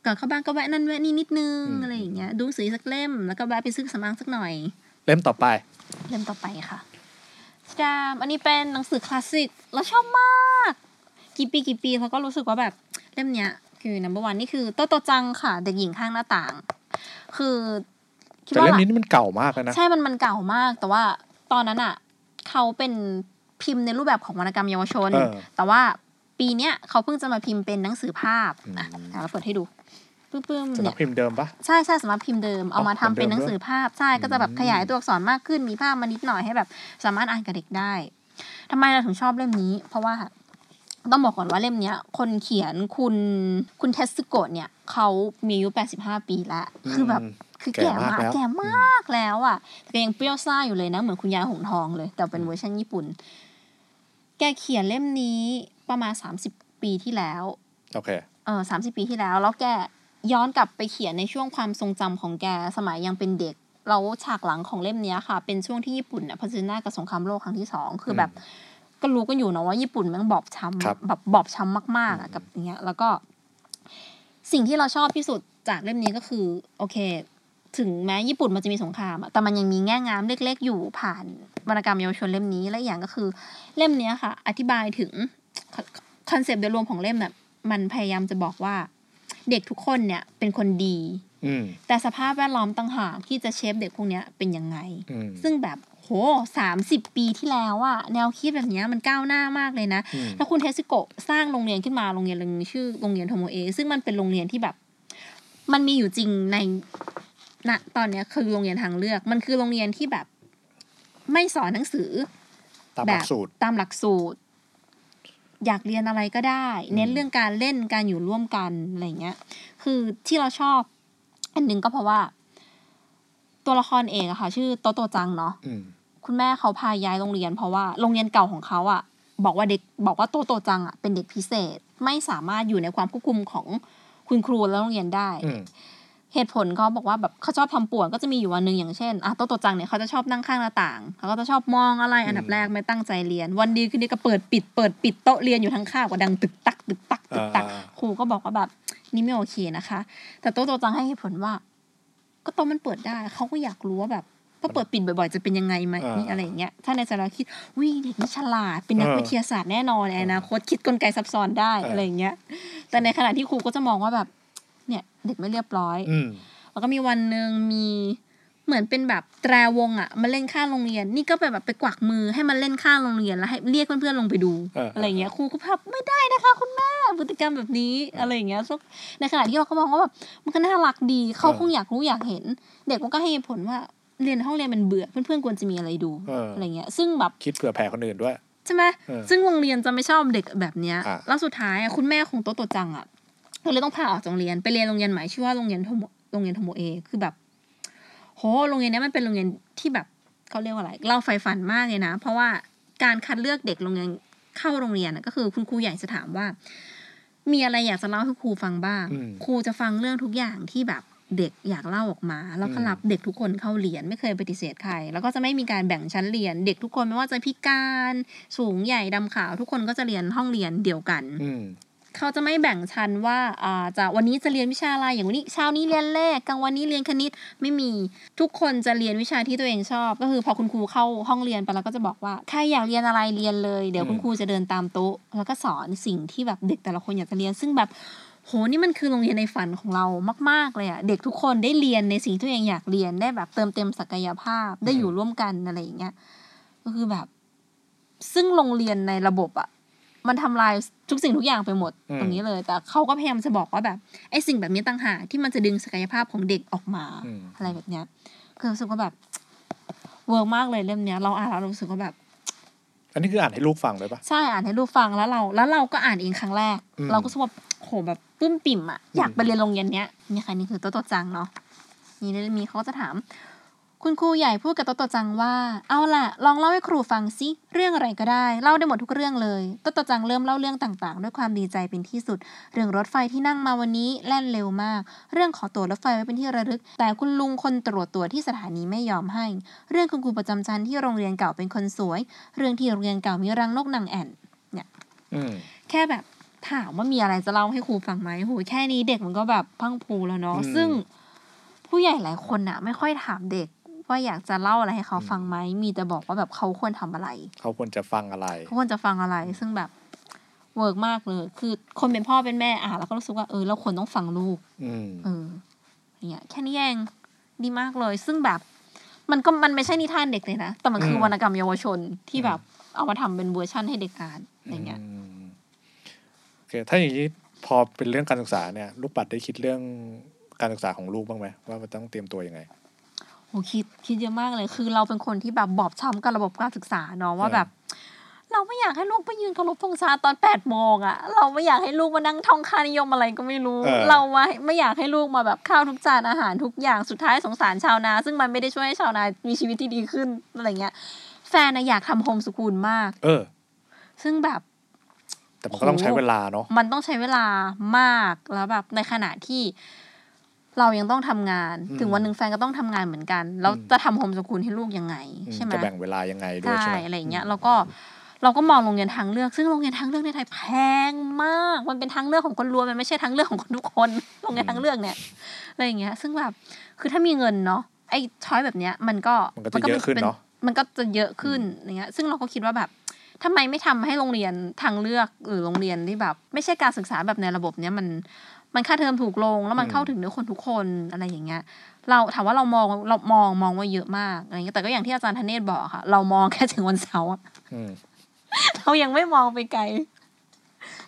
D: ก่อนเข้าบ้านก็แวะนั่นแวะนี่นิดนึง
C: อืม
D: อะไรอย่างเงี้ยดูหนังสือสักเล่มแล้วก็แวะไปซื้อสำอางสักหน่อย
C: เล่มต่อไป
D: เล่มต่อไปค่ะสแตมอันนี้เป็นหนังสือคลาสสิกเราชอบมาก กี่ปีกี่ปีเขาก็รู้สึกว่าแบบเล่มเนี้ย คือ number one นี่คือโตโตจังค่ะ เด็กหญิงข้างหน้าต่าง คือคิด
C: แต่
D: ว่า
C: เล่มนี้นี่มันเก่ามากแล้วนะ
D: ใช่ มันมันเก่ามาก แต่ว่าตอนนั้นอ่ะเขาเป็นพิมพ์ในรูปแบบของวรรณกรรมเยาวชน
C: เออ
D: แต่ว่าปีเนี้ยเขาเพิ่งจะมาพิมพ์เป็นหนังสือภาพ
C: อืม
D: อ่ะอ่ะเราเปิดให้ดูปึ๊บๆ
C: สำนั
D: เนี่
C: ก
D: ย
C: พิมพ์เดิมปะ
D: ใช่ใช่สำนักพิมพ์เดิมเอามาทำ
C: เอาเหมือนเดิม
D: เป็นหนังสือภาพ ใช่ก็จะแบบ
C: อืม
D: ขยายตัวอักษรมากขึ้นมีภาพมานิดหน่อยให้แบบ สามารถอ่านกับเด็กได้ทำไมเราถึงชอบเล่มนี้ เพราะว่า ต้องบอกก่อนว่าเล่มเนี้ย คนเขียนคุณคุณเทสโกะเนี่ยเขามีอายุ85 ปีแล้วคือแบบ
C: ม
D: คือ
C: แก่
D: แก่
C: มาก
D: มาก
C: แล้ว
D: แก่มากแล้วอ่ะแต่ก็ยังเปรี้ยวซ่าอยู่เลยนะ เหมือนคุณยายหงทองเลย แต่เป็นเวอร์ชันญี่ปุ่น แกเขียนเล่มนี้ประมาณ 30 ปีที่แล้ว
C: โอเค
D: เออสามสิบปีที่แล้ว แล้วแกย้อนกลับไปเขียนในช่วงความทรงจำของแกสมัยยังเป็นเด็ก เราฉากหลังของเล่มเนี้ยค่ะ เป็นช่วงที่ญี่ปุ่นเนี่ยเผชิญหน้ากับสงครามโลกครั้งที่สองคือแบบ ก็รู้กันอยู่เนอะว่าญี่ปุ่นแมันบอบช้
C: ครับ
D: ำแบบบอบช้ำมากๆอะกับอย่างเงี้ย แล้วก็ สิ่งที่เราชอบที่สุดจากเล่มนี้ก็คือ โอเค ถึงแม้ญี่ปุ่นมันจะมีสงครามอะแต่มันยังมีแง่งามเล็ก ๆ อยู่ผ่านวรรณกรรมเยาวชนเล่มนี้และอีกอย่างก็คือ เล่มเนี้ยค่ะ อธิบายถึงคอนเซปต์โดยรวมของเล่มเนี่ยมันพยายามจะบอกว่า เด็กทุกคนเนี่ยเป็นคนดี
C: อืม
D: แต่สภาพแวดล้อมต่างหากที่จะเชฟเด็กพวกเนี้ยเป็นยังไง
C: อืม
D: ซึ่งแบบโหสามสิบปีที่แล้วอะแนวคิดแบบเนี้ยมันก้าวหน้ามากเลยนะ
C: อืม
D: แล้วคุณเทสโกะสร้างโรงเรียนขึ้นมาโรงเรียนหนึ่งชื่อโรงเรียนโทโมเอะซึ่งมันเป็นโรงเรียนที่แบบ มันมีอยู่จริงในณตอนเนี้ยคือโรงเรียนทางเลือก มันคือโรงเรียนที่แบบ ไม่สอนหนังสือ
C: ตามห
D: แบ
C: ลั
D: บ
C: กสูตร
D: ตามหลักสูตร อยากเรียนอะไรก็ได้ เน้น
C: อืม
D: เรื่องการเล่นการอยู่ร่วมกันอะไรอย่างเงี้ย คือที่เราชอบ อันหนึ่งก็เพราะว่า ตัวละครเองอะค่ะ ชื่อโตโตจังเนาะ
C: อืม
D: คุณแม่เขาพาย้ายโรงเรียน เพราะว่าโรงเรียนเก่าของเขาอะบอกว่าเด็กบอกว่าโตโตจังอะเป็นเด็กพิเศษ ไม่สามารถอยู่ในความควบคุมของคุณครูและโรงเรียนได้
C: อืม
D: เหตุผลเขาบอกว่าแบบเขาชอบทำป่วนก็จะมีอยู่วันหนึ่งอย่างเช่นอ่ะโต๊ะโต๊ะจังเนี่ยเขาจะชอบนั่งข้างหน้าต่างเขาก็จะชอบมองอะไรอันดับ
C: อืม
D: แรกไม่ตั้งใจเรียน วันดีคืนดีก็เปิดปิดเปิดปิดโต๊ะเรียนอยู่ทั้งข้าวก็ดังตึกตักตึกตักตึกตัก
C: อ่า
D: ครูก็บอกว่าแบบนี่ไม่โอเคนะคะ แต่โต๊ะโต๊ะจังให้เหตุผลว่า ก็โต๊ะมันเปิดได้เขาก็อยากรู้ว่าแบบถ้าเปิดปิดบ่อยๆ จะเป็นยังไงไหม
C: อ่า
D: อะไรอย่างเงี้ยถ้าในใจเราคิดวิ่งเด็กนี่ฉลาดเป็นนัก
C: เออ
D: วิทยาศาสตร์แน่นอนในอนาคตคิดกลไกซับซ้อนได้
C: เอออ
D: อะไรอย่างเงี้ย แต่ในขณะที่ครูก็จะมองว่าแบบ เนี่ยเด็กไม่เรียบร้อย
C: อืม
D: แล้วก็มีวันหนึ่งมีเหมือนเป็นแบบแตรวงอะมาเล่นข้างโรงเรียน นี่ก็ไปแบบไปกวักมือให้มันเล่นข้างโรงเรียนแล้วให้เรียกเพื่อนๆลงไปดู
C: เอออ
D: อะไรอย่างเงี้ยครูก็แบบไม่ได้นะคะคุณแม่พฤติกรรมแบบนี้
C: เอออ
D: อะไรอย่างเงี้ยซึ่งในขณะที่เราก็มองว่าแบบมันก็น่ารักดีเขา
C: เออ
D: คงอยากรู้อยากเห็น เด็กมันก็ให้เหตุผลว่าเรียนในห้องเรียนมันเบื่อเพื่อนๆควรจะมีอะไรดู
C: เอออ
D: อะไรเงี้ย ซึ่งแบบ
C: คิดเผื่อแผ่คนอื่นด้วย
D: ใช่ไหม
C: เออ
D: ซึ่งโรงเรียนจะไม่ชอบเด็กแบบเนี้ย
C: อ่ะ
D: แล้วสุดท้ายอะคุณแม่ของโตโตจังอ่ะก็เลยต้องพาออกจากโรงเรียนไปเรียนโรงเรียนใหม่ชื่อว่าโรงเรียนโทโมโรงเรียนโทโมเอ คือแบบ โห โรงเรียนเนี้ยมันเป็นโรงเรียนที่แบบเขาเรียกว่าอะไร เราใฝ่ฝันมากเลยนะ เพราะว่าการคัดเลือกเด็กโรงเรียนเข้าโรงเรียนอะก็คือคุณครูใหญ่จะถามว่า มีอะไรอยากจะเล่าให้ครูฟังบ้าง
C: อืม
D: ครูจะฟังเรื่องทุกอย่างที่แบบเด็กอยากเล่าออกมา แล้วก็
C: อืม
D: รับเด็กทุกคนเข้าเรียนไม่เคยปฏิเสธใคร แล้วก็จะไม่มีการแบ่งชั้นเรียน เด็กทุกคนไม่ว่าจะพิการสูงใหญ่ดำขาวทุกคนก็จะเรียนห้องเรียนเดียวกัน
C: อืม
D: เขาจะไม่แบ่งชั้นว่าอ่าจะวันนี้จะเรียนวิชาอะไรอย่างวันนี้เช้านี้เรียนเลขกลางวันนี้เรียนคณิตไม่มีทุกคนจะเรียนวิชาที่ตัวเองชอบ ก็คือพอคุณครูเข้าห้องเรียนไปแล้วก็จะบอกว่าใครอยากเรียนอะไรเรียนเลย เดี๋ยว
C: อืม
D: คุณครูจะเดินตามโต๊ะ แล้วก็สอนสิ่งที่แบบเด็กแต่ละคนอยากจะเรียน ซึ่งแบบโหนี่มันคือโรงเรียนในฝันของเรามาก ๆเลยอะเด็กทุกคนได้เรียนในสิ่งที่ตัวเองอยากเรียนได้แบบเติมเต็มศักยภาพได้อยู่ร่วมกันอะไรอย่างเงี้ยก็คือแบบ ซึ่งโรงเรียนในระบบอะมันทำลายทุกสิ่งทุกอย่างไปหมด
C: อืม
D: ตรงนี้เลย แต่เขาก็พยายามจะบอกว่าแบบไอ้สิ่งแบบนี้ต่างหากที่มันจะดึงศักยภาพของเด็กออกมา
C: อืม
D: อะไรแบบเนี้ยคือรู้สึกว่าแบบเวิร์กมากเลยเล่มเนี้ย เราอ่านแล้วรู้สึกว่าแบบ
C: อันนี้คืออ่านให้ลูกฟังเลยปะ
D: ใช่อ่านให้ลูกฟังแล้วเรา แล้วเราก็อ่านเองครั้งแรก
C: อืม
D: เราก็รู้สึกว่าโหแบบปลื้มปิ่มอะอยาก
C: อืม
D: ไปเรียนโรงเรียนเนี้ยนี่ค่ะนี่คือโตัวตัวจังเนาะนี่ได้มีเขาก็จะถาม คุณครูใหญ่พูดกับโตัวตัวจังว่า เอาล่ะ ลองเล่าให้ครูฟังสิเรื่องอะไรก็ได้ เล่าได้หมดทุกเรื่องเลยโตัวตัวจังเริ่มเล่าเรื่องต่างๆ ด้วยความดีใจเป็นที่สุด เรื่องรถไฟที่นั่งมาวันนี้แล่นเร็วมาก เรื่องขอตั๋วรถไฟไว้เป็นที่ระลึก แต่คุณลุงคนตรวจตั๋วที่สถานีไม่ยอมให้ เรื่องคุณครูประจำชั้นที่โรงเรียนเก่าเป็นคนสวย เรื่องที่โรงเรียนเก่ามีรังนกนางแอ่น
C: อืม
D: แค่แบบถามว่ามีอะไรจะเล่าให้ครูฟังไหมโหแค่นี้เด็กมันก็แบบพรังพรูแล้วเนาะ
C: อืม
D: ซึ่งผู้ใหญ่หลายคนน่ะ ไม่ค่อยถามเด็กว่าอยากจะเล่าอะไรให้เขาฟังไหมมีแต่บอกว่าแบบเขาควรทำอะไร
C: เขาควรจะฟังอะไร
D: เขาควรจะฟังอะไร ซึ่งแบบเวิร์กมากเลย คือคนเป็นพ่อเป็นแม่อ่ะแล้วก็รู้สึกว่าเออเราควรต้องฟังลูก
C: อืม
D: เออเนี่ยแค่นี้เองดีมากเลย ซึ่งแบบ มันก็มันไม่ใช่นิทานเด็กเลยนะแต่มันคืออ
C: ม
D: วรรณกรรมเยาวชนที่แบบ เอามาทำเป็นเวอร์ชั่นให้เด็กอ่านอะไรเงี้ย
C: อืมโอเคถ้าอย่างนี้พอเป็นเรื่องการศึกษาเนี่ย ลูกปัดได้คิดเรื่องการศึกษาของลูกบ้างไหมว่ามันต้องเตรียมตัวยังไง
D: โหคิดคิดเยอะมากเลย คือเราเป็นคนที่แบบบอบช้ำกับระบบการศึกษาเนาะว่าแบบ เราไม่อยากให้ลูกไปยืนเคารพธงชาติตอนแปดโมงอะเราไม่อยากให้ลูกมานั่งท่องค่านิยมอะไรก็ไม่รู้
C: เออ
D: เราไม่ไม่อยากให้ลูกมาแบบข้าวทุกจานอาหารทุกอย่างสุดท้ายสงสารชาวนา ซึ่งมันไม่ได้ช่วยให้ชาวนา มีชีวิตที่ดีขึ้นอะไรเงี้ย แฟนนะอยากทำโฮมสกูลมาก
C: เออ
D: ซึ่งแบบ
C: แต่มันก็ต้องใช้เวลาเนาะ
D: มันต้องใช้เวลามากแล้วแบบในขณะที่เรายังต้องทำงาน
C: อืม
D: ถึงวันหนึ่งแฟนก็ต้องทำงานเหมือนกัน แล้ว
C: อืม
D: จะทำโฮมสกูลให้ลูกยังไง
C: อืม
D: ใช่ไหม
C: จะแบ่งเวลายังไงด้วย
D: ใช่
C: ใช่หม
D: อะไรอย่างเงี้ยแล้วก็เราก็มองโรงเรียนทางเลือก ซึ่งโรงเรียนทางเลือกในไทยแพงมาก มันเป็นทางเลือกของคนรวยมันไม่ใช่ทางเลือกของคนทุกคน โรงเรียนทางเลือกเนี่ยอะไรอย่างเงี้ย ซึ่งแบบคือถ้ามีเงินเนาะไอ้ช้อยแบบเนี้ย มันก็
C: มันก็จะเยอะขึ้น
D: ป็
C: เนาะ
D: มันก็จะเยอะขึ้นอย่างเงี้ย ซึ่งเราก็คิดว่าแบบทำไมไม่ทำให้โรงเรียนทางเลือกหรือโรงเรียนที่แบบ ไม่ใช่การศึกษาแบบในระบบเนี้ยมันมันค่าเทอมถูกลง แล้วมัน
C: อืม
D: เข้าถึงเนื้อคนทุกคนอะไรอย่างเงี้ย เราถามว่าเรามองเรามองมองว่าเยอะมากอะไรเงี้ยแต่ก็อย่างที่อาจารย์ธเนศบอกค่ะ เรามองแค่ถึงวันเสาร์อะ
C: อืม
D: เรายังไม่มองไปไกล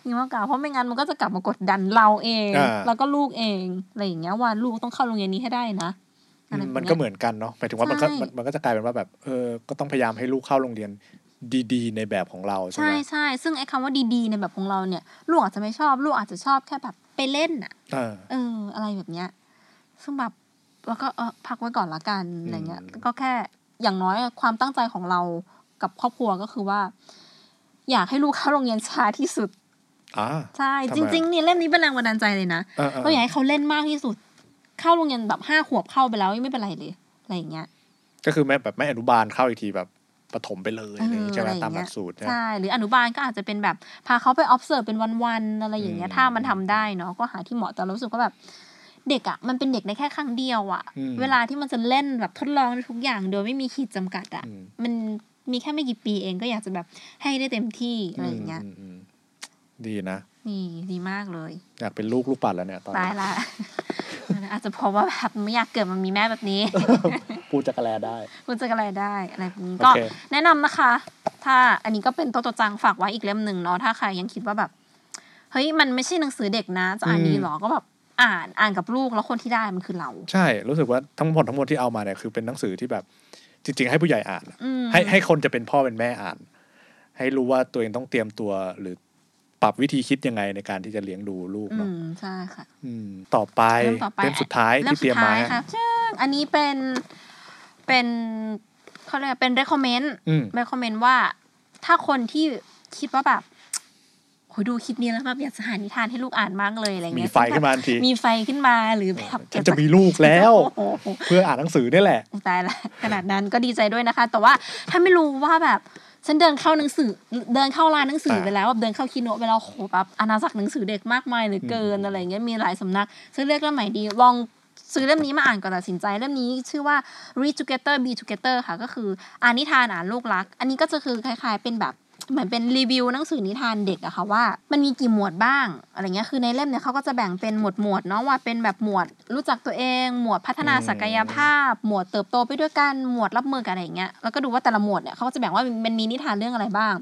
D: ยังไม่มองไกลเพราะไม่งั้นมันก็จะกลับมากดดันเราเอง
C: อ่า
D: แล้วก็ลูกเองอะไรอย่างเงี้ยว่าลูกต้องเข้าโรงเรียนนี้ให้ได้นะ
C: อื
D: อะไร
C: ม
D: แบบ
C: มัน
D: เนี้ย
C: ก็เหมือนกันเนาะหมายถึงว่ามันก็
D: ใช่
C: มันมันก็จะกลายเป็นว่าแบบ เออ ก็ต้องพยายามให้ลูกเข้าโรงเรียนดีๆ ในแบบของเราใช่
D: ใช่
C: ไหม
D: ใช่ ซึ่งไอ้คำว่าดีๆในแบบของเราเนี่ย ลูกอาจจะไม่ชอบ ลูกอาจจะชอบแค่แบบไปเล่นอ่ะ
C: เออ
D: เออ อะไรแบบเนี้ย ซึ่งแบบแล้วก็เออพักไว้ก่อนละกันอะไรเงี้ย
C: อืม
D: ก็แค่อย่างน้อยความตั้งใจของเรากับครอบครัวก็คือว่า อยากให้ลูกเข้าโรงเรียนช้าที่สุด
C: อ่า
D: ใช่
C: ทำไม
D: จ
C: อะ
D: ริงๆเนี่ยเล่มนี้เป็นแรงบันดาลใจเลยนะ
C: เออเออ
D: เราอยากให้เขาเล่นมากที่สุด เข้าโรงเรียนแบบห้าขวบเข้าไปแล้วยังไม่เป็นไรเลยอะไรอย่างเงี้ย
C: ก็คือแม่แบบไม่อนุบาลเข้าอีกทีแบบปฐมไปเลยอะไรอย่างงี้ใช่ไหม
D: เอออะไรอย่าง
C: ตามห
D: เงี้ย
C: ลักสูตรนะ
D: ใช่ หรืออนุบาลก็อาจจะเป็นแบบ พาเขาไป observe เป็นวันๆอะไรอย่างเงี้ย
C: อืม
D: ถ้ามันทำได้เนาะก็หาที่เหมาะแต่เรารู้สึกว่าแบบเด็กอะ่ะ มันเป็นเด็กได้แค่ครั้งเดียวอะ่ะ
C: อืม
D: เวลาที่มันจะเล่นแบบทดลองทุกอย่างโดยไม่มีขีดจำกัดอะ่ะ
C: อืม
D: มันมีแค่ไม่กี่ปีเองก็อยากจะแบบให้ได้เต็มที่อะไรอย่างเงี้ย
C: มมอืมดีนะ
D: นี่ดีมากเลย
C: อยากเป็นลูกลูกปัดแล้วเนี่ยตอน
D: ตา
C: นี้
D: ยละ อาจจะเพราะว่าแบบไม่อยากเกิดมันมีแม่แบบนี้
C: พูดจักรแลได้
D: คุณจะอะไรได้อะไรแบบนี้
C: โอ
D: ก็
C: เค
D: แนะนำนะคะ ถ้าอันนี้ก็เป็นตัวตัวจังฝากไว้อีกเล่มหนึ่งเนาะถ้าใครยังคิดว่าแบบเฮ้ยมันไม่ใช่หนังสือเด็กนะ จะอ่านดีหรอก็แบบอ่านอ่านกับลูกแล้วคนที่ได้มันคือเรา
C: ใช่ รู้สึกว่าทั้งหมดทั้งมวลที่เอามาเนี่ยคือเป็นหนังสือที่แบบ จริง ๆ ให้ผู้ใหญ่อ่าน
D: อืม
C: ให้ให้คนจะเป็นพ่อเป็นแม่อ่าน ให้รู้ว่าตัวเองต้องเตรียมตัวหรือปรับวิธีคิดยังไงในการที่จะเลี้ยงดูลูก
D: อื
C: เนาะ
D: มใช่ค่ะ
C: อืมต่อไป
D: เรื่องต่อไป
C: เล่มสุดท้าย
D: เล่ม
C: ที่เต
D: สุ
C: รีย
D: ดท้าม
C: มาย
D: ค่ะจึ๊งอันนี้เป็นเป็นเขาเรียกว่าเป็น recommend
C: อืม
D: recommend ว่าถ้าคนที่คิดว่าแบบโหดูคลิปนี้แล้วแบบอยากจะหานิทานให้ลูกอ่านมากเลยอะไรเงี้ย
C: มีไฟขึ้นมาทันที
D: มีไฟขึ้นมาหรือแบบ
C: ฉันจะมีลูกแล้ว
D: โอ้โห
C: เพื่ออ่านหนังสือนี่แหละ
D: ตายละ ขนาดนั้นก็ดีใจด้วยนะคะ แต่ว่าถ้าไม่รู้ว่าแบบ ฉันเดินเข้าหนังสือ เดินเข้าร้านหนังสือ
C: อ่า
D: ไปแล้วแบบเดินเข้าคีโนะไปแล้วโหแบบอาณาจักรหนังสือเด็กมากมายเหลือเกิน
C: อืม
D: อะไรเงี้ยมีหลายสำนัก ซื้อเลือกเล่มใหม่ดี ลองซื้อเล่มนี้มาอ่านก่อนตัดสินใจเล่มนี้ชื่อว่า Read Together Be Together ค่ะ ก็คืออ่านนิทานอ่านลูกรัก อันนี้ก็จะคือคล้าย ๆ เป็นแบบเหมือนเป็นรีวิวหนังสือนิทานเด็กอะค่ะว่า มันมีกี่หมวดบ้างอะไรเงี้ยคือในเล่มเนี่ยเขาก็จะแบ่งเป็นหมวดหมวดๆเนาะว่าเป็นแบบหมวดรู้จักตัวเอง หมวดพัฒนาศักยภาพ ภาพหมวดเติบโตไปด้วยกันหมวดรับมือกับอะไรอย่างเงี้ยแล้วก็ดูว่าแต่ละหมวดเนี่ยเขาก็จะแบ่งว่ามันมีนิทานเรื่องอะไรบ้าง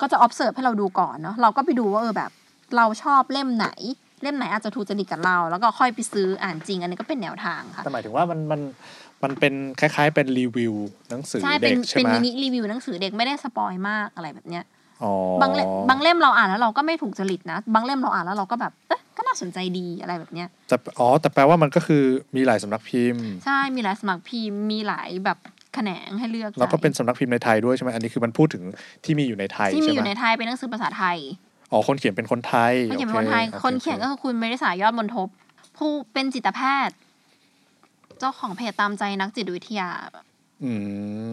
D: ก็จะ observe ให้เราดูก่อนเนาะเราก็ไปดูว่าเออแบบ เราชอบเล่มไหน เล่มไหนอาจจะถูกจริตกับเรา แล้วก็ค่อยไปซื้ออ่านจริง อันนี้ก็เป็นแนวทางค่ะ
C: แต่หมายถึงว่ามันมันมันเป็นคล้าย ๆ เป็นรีวิวหนังสือ
D: ใช่เป็
C: เด็
D: น
C: กใช่
D: เป็น
C: ไหม
D: มินิรีวิวหนังสือเด็กไม่ได้สปอยมากอะไรแบบเนี้ย
C: อ๋อบ
D: างเล่มบางเล่มเราอ่านแล้วเราก็ไม่ถูกจริตนะ บางเล่มเราอ่านแล้วเราก็แบบเอ๊ะก็น่าสนใจดีอะไรแบบเนี้ย
C: แต่อ๋อแต่แปลว่ามันก็คือมีหลายสำนักพิมพ์
D: ใช่ มีหลายสมัครพิมพ์ มีหลายแบบแขนงให้เลือก
C: แล้วก็เป็น
D: จ่
C: สำนักพิมพ์ในไทยด้วยใช่ไหมอันนี้คือมันพูดถึงที่มีอยู่ในไท
D: ายยที่มี
C: ใช่ไห
D: อ
C: ม
D: ยู่ในไทยเป็นหนังสือภาษาไทย
C: อ๋อคนเขียนเป็นคนไทย
D: คนเขียนเป็
C: โอ
D: นคนไทย
C: โอ
D: คนเขียนก็คือคุณเมริสายอดมนทบ ผู้เป็นจิตแพทย์ เจ้าของเพจตามใจนักจิตวิทยา
C: อื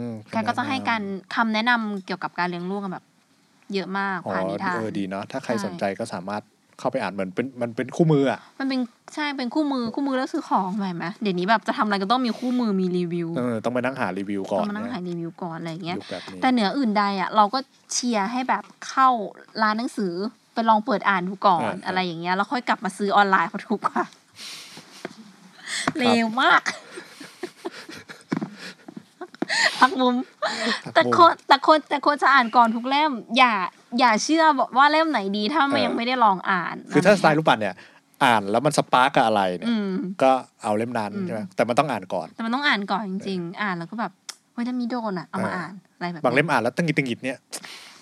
C: ม
D: แกก็จะให้การคำแนะนำเกี่ยวกับการเลี้ยงลูกกันแบบ เยอะมาก
C: อ๋อ
D: ผ่านนิทาน
C: เออดีเนาะถ้าใคร
D: ใช่
C: สนใจก็สามารถเข้าไปอ่านเหมือนเป็นมันเป็นคู่มืออ่ะ
D: มันเป็นใช่เป็นคู่มือคู่มือแล้วซื้อของใหม่ไหมเดี๋ยวนี้แบบจะทำอะไรก็ต้องมีคู่มือมีรีวิว
C: เออต้องไปนั่งหารีวิวก่อ
D: ต้อน งมานั่ง
C: เย
D: หารีวิวก่อนอะไรอย่างเงี้ย
C: ยุคแบบนี้
D: แต่เหนืออื่นใดอ่ะเราก็เชียร์ให้แบบเข้าร้านหนังสือไปลองเปิดอ่านดูก่อนอะไรอย่างเงี้ยแล้วค่อยกลับมาซื้อออนไลน์เพราะถูก กว่าเลวมากพักมุม แต่
C: มุม
D: คนแต่คนแต่คนจะอ่านก่อนทุกเล่ม อย่า อย่าเชื่อว่าเล่มไหนดี ถ้าไม่
C: เออ
D: ยังไม่ได้ลองอ่าน
C: คือถ้าสไตล์รูปปัดเนี่ย อ่านแล้วมันสปาร์กกับอะไรเนี่ย
D: อืม
C: ก็เอาเล่มนั้น
D: อืม
C: ใช่ไหมแต่มันต้องอ่านก่อน
D: แต่มันต้องอ่านก่อนจริงๆ อ่านแล้วก็แบบเฮ้ยถ้ามีโดนอ่ะเอามา
C: เอออ่
D: อ่านอะไรแบบ
C: บางเล่ม
D: นี้
C: อ่านแล้วตั้งกิดตังกิดเนี่ย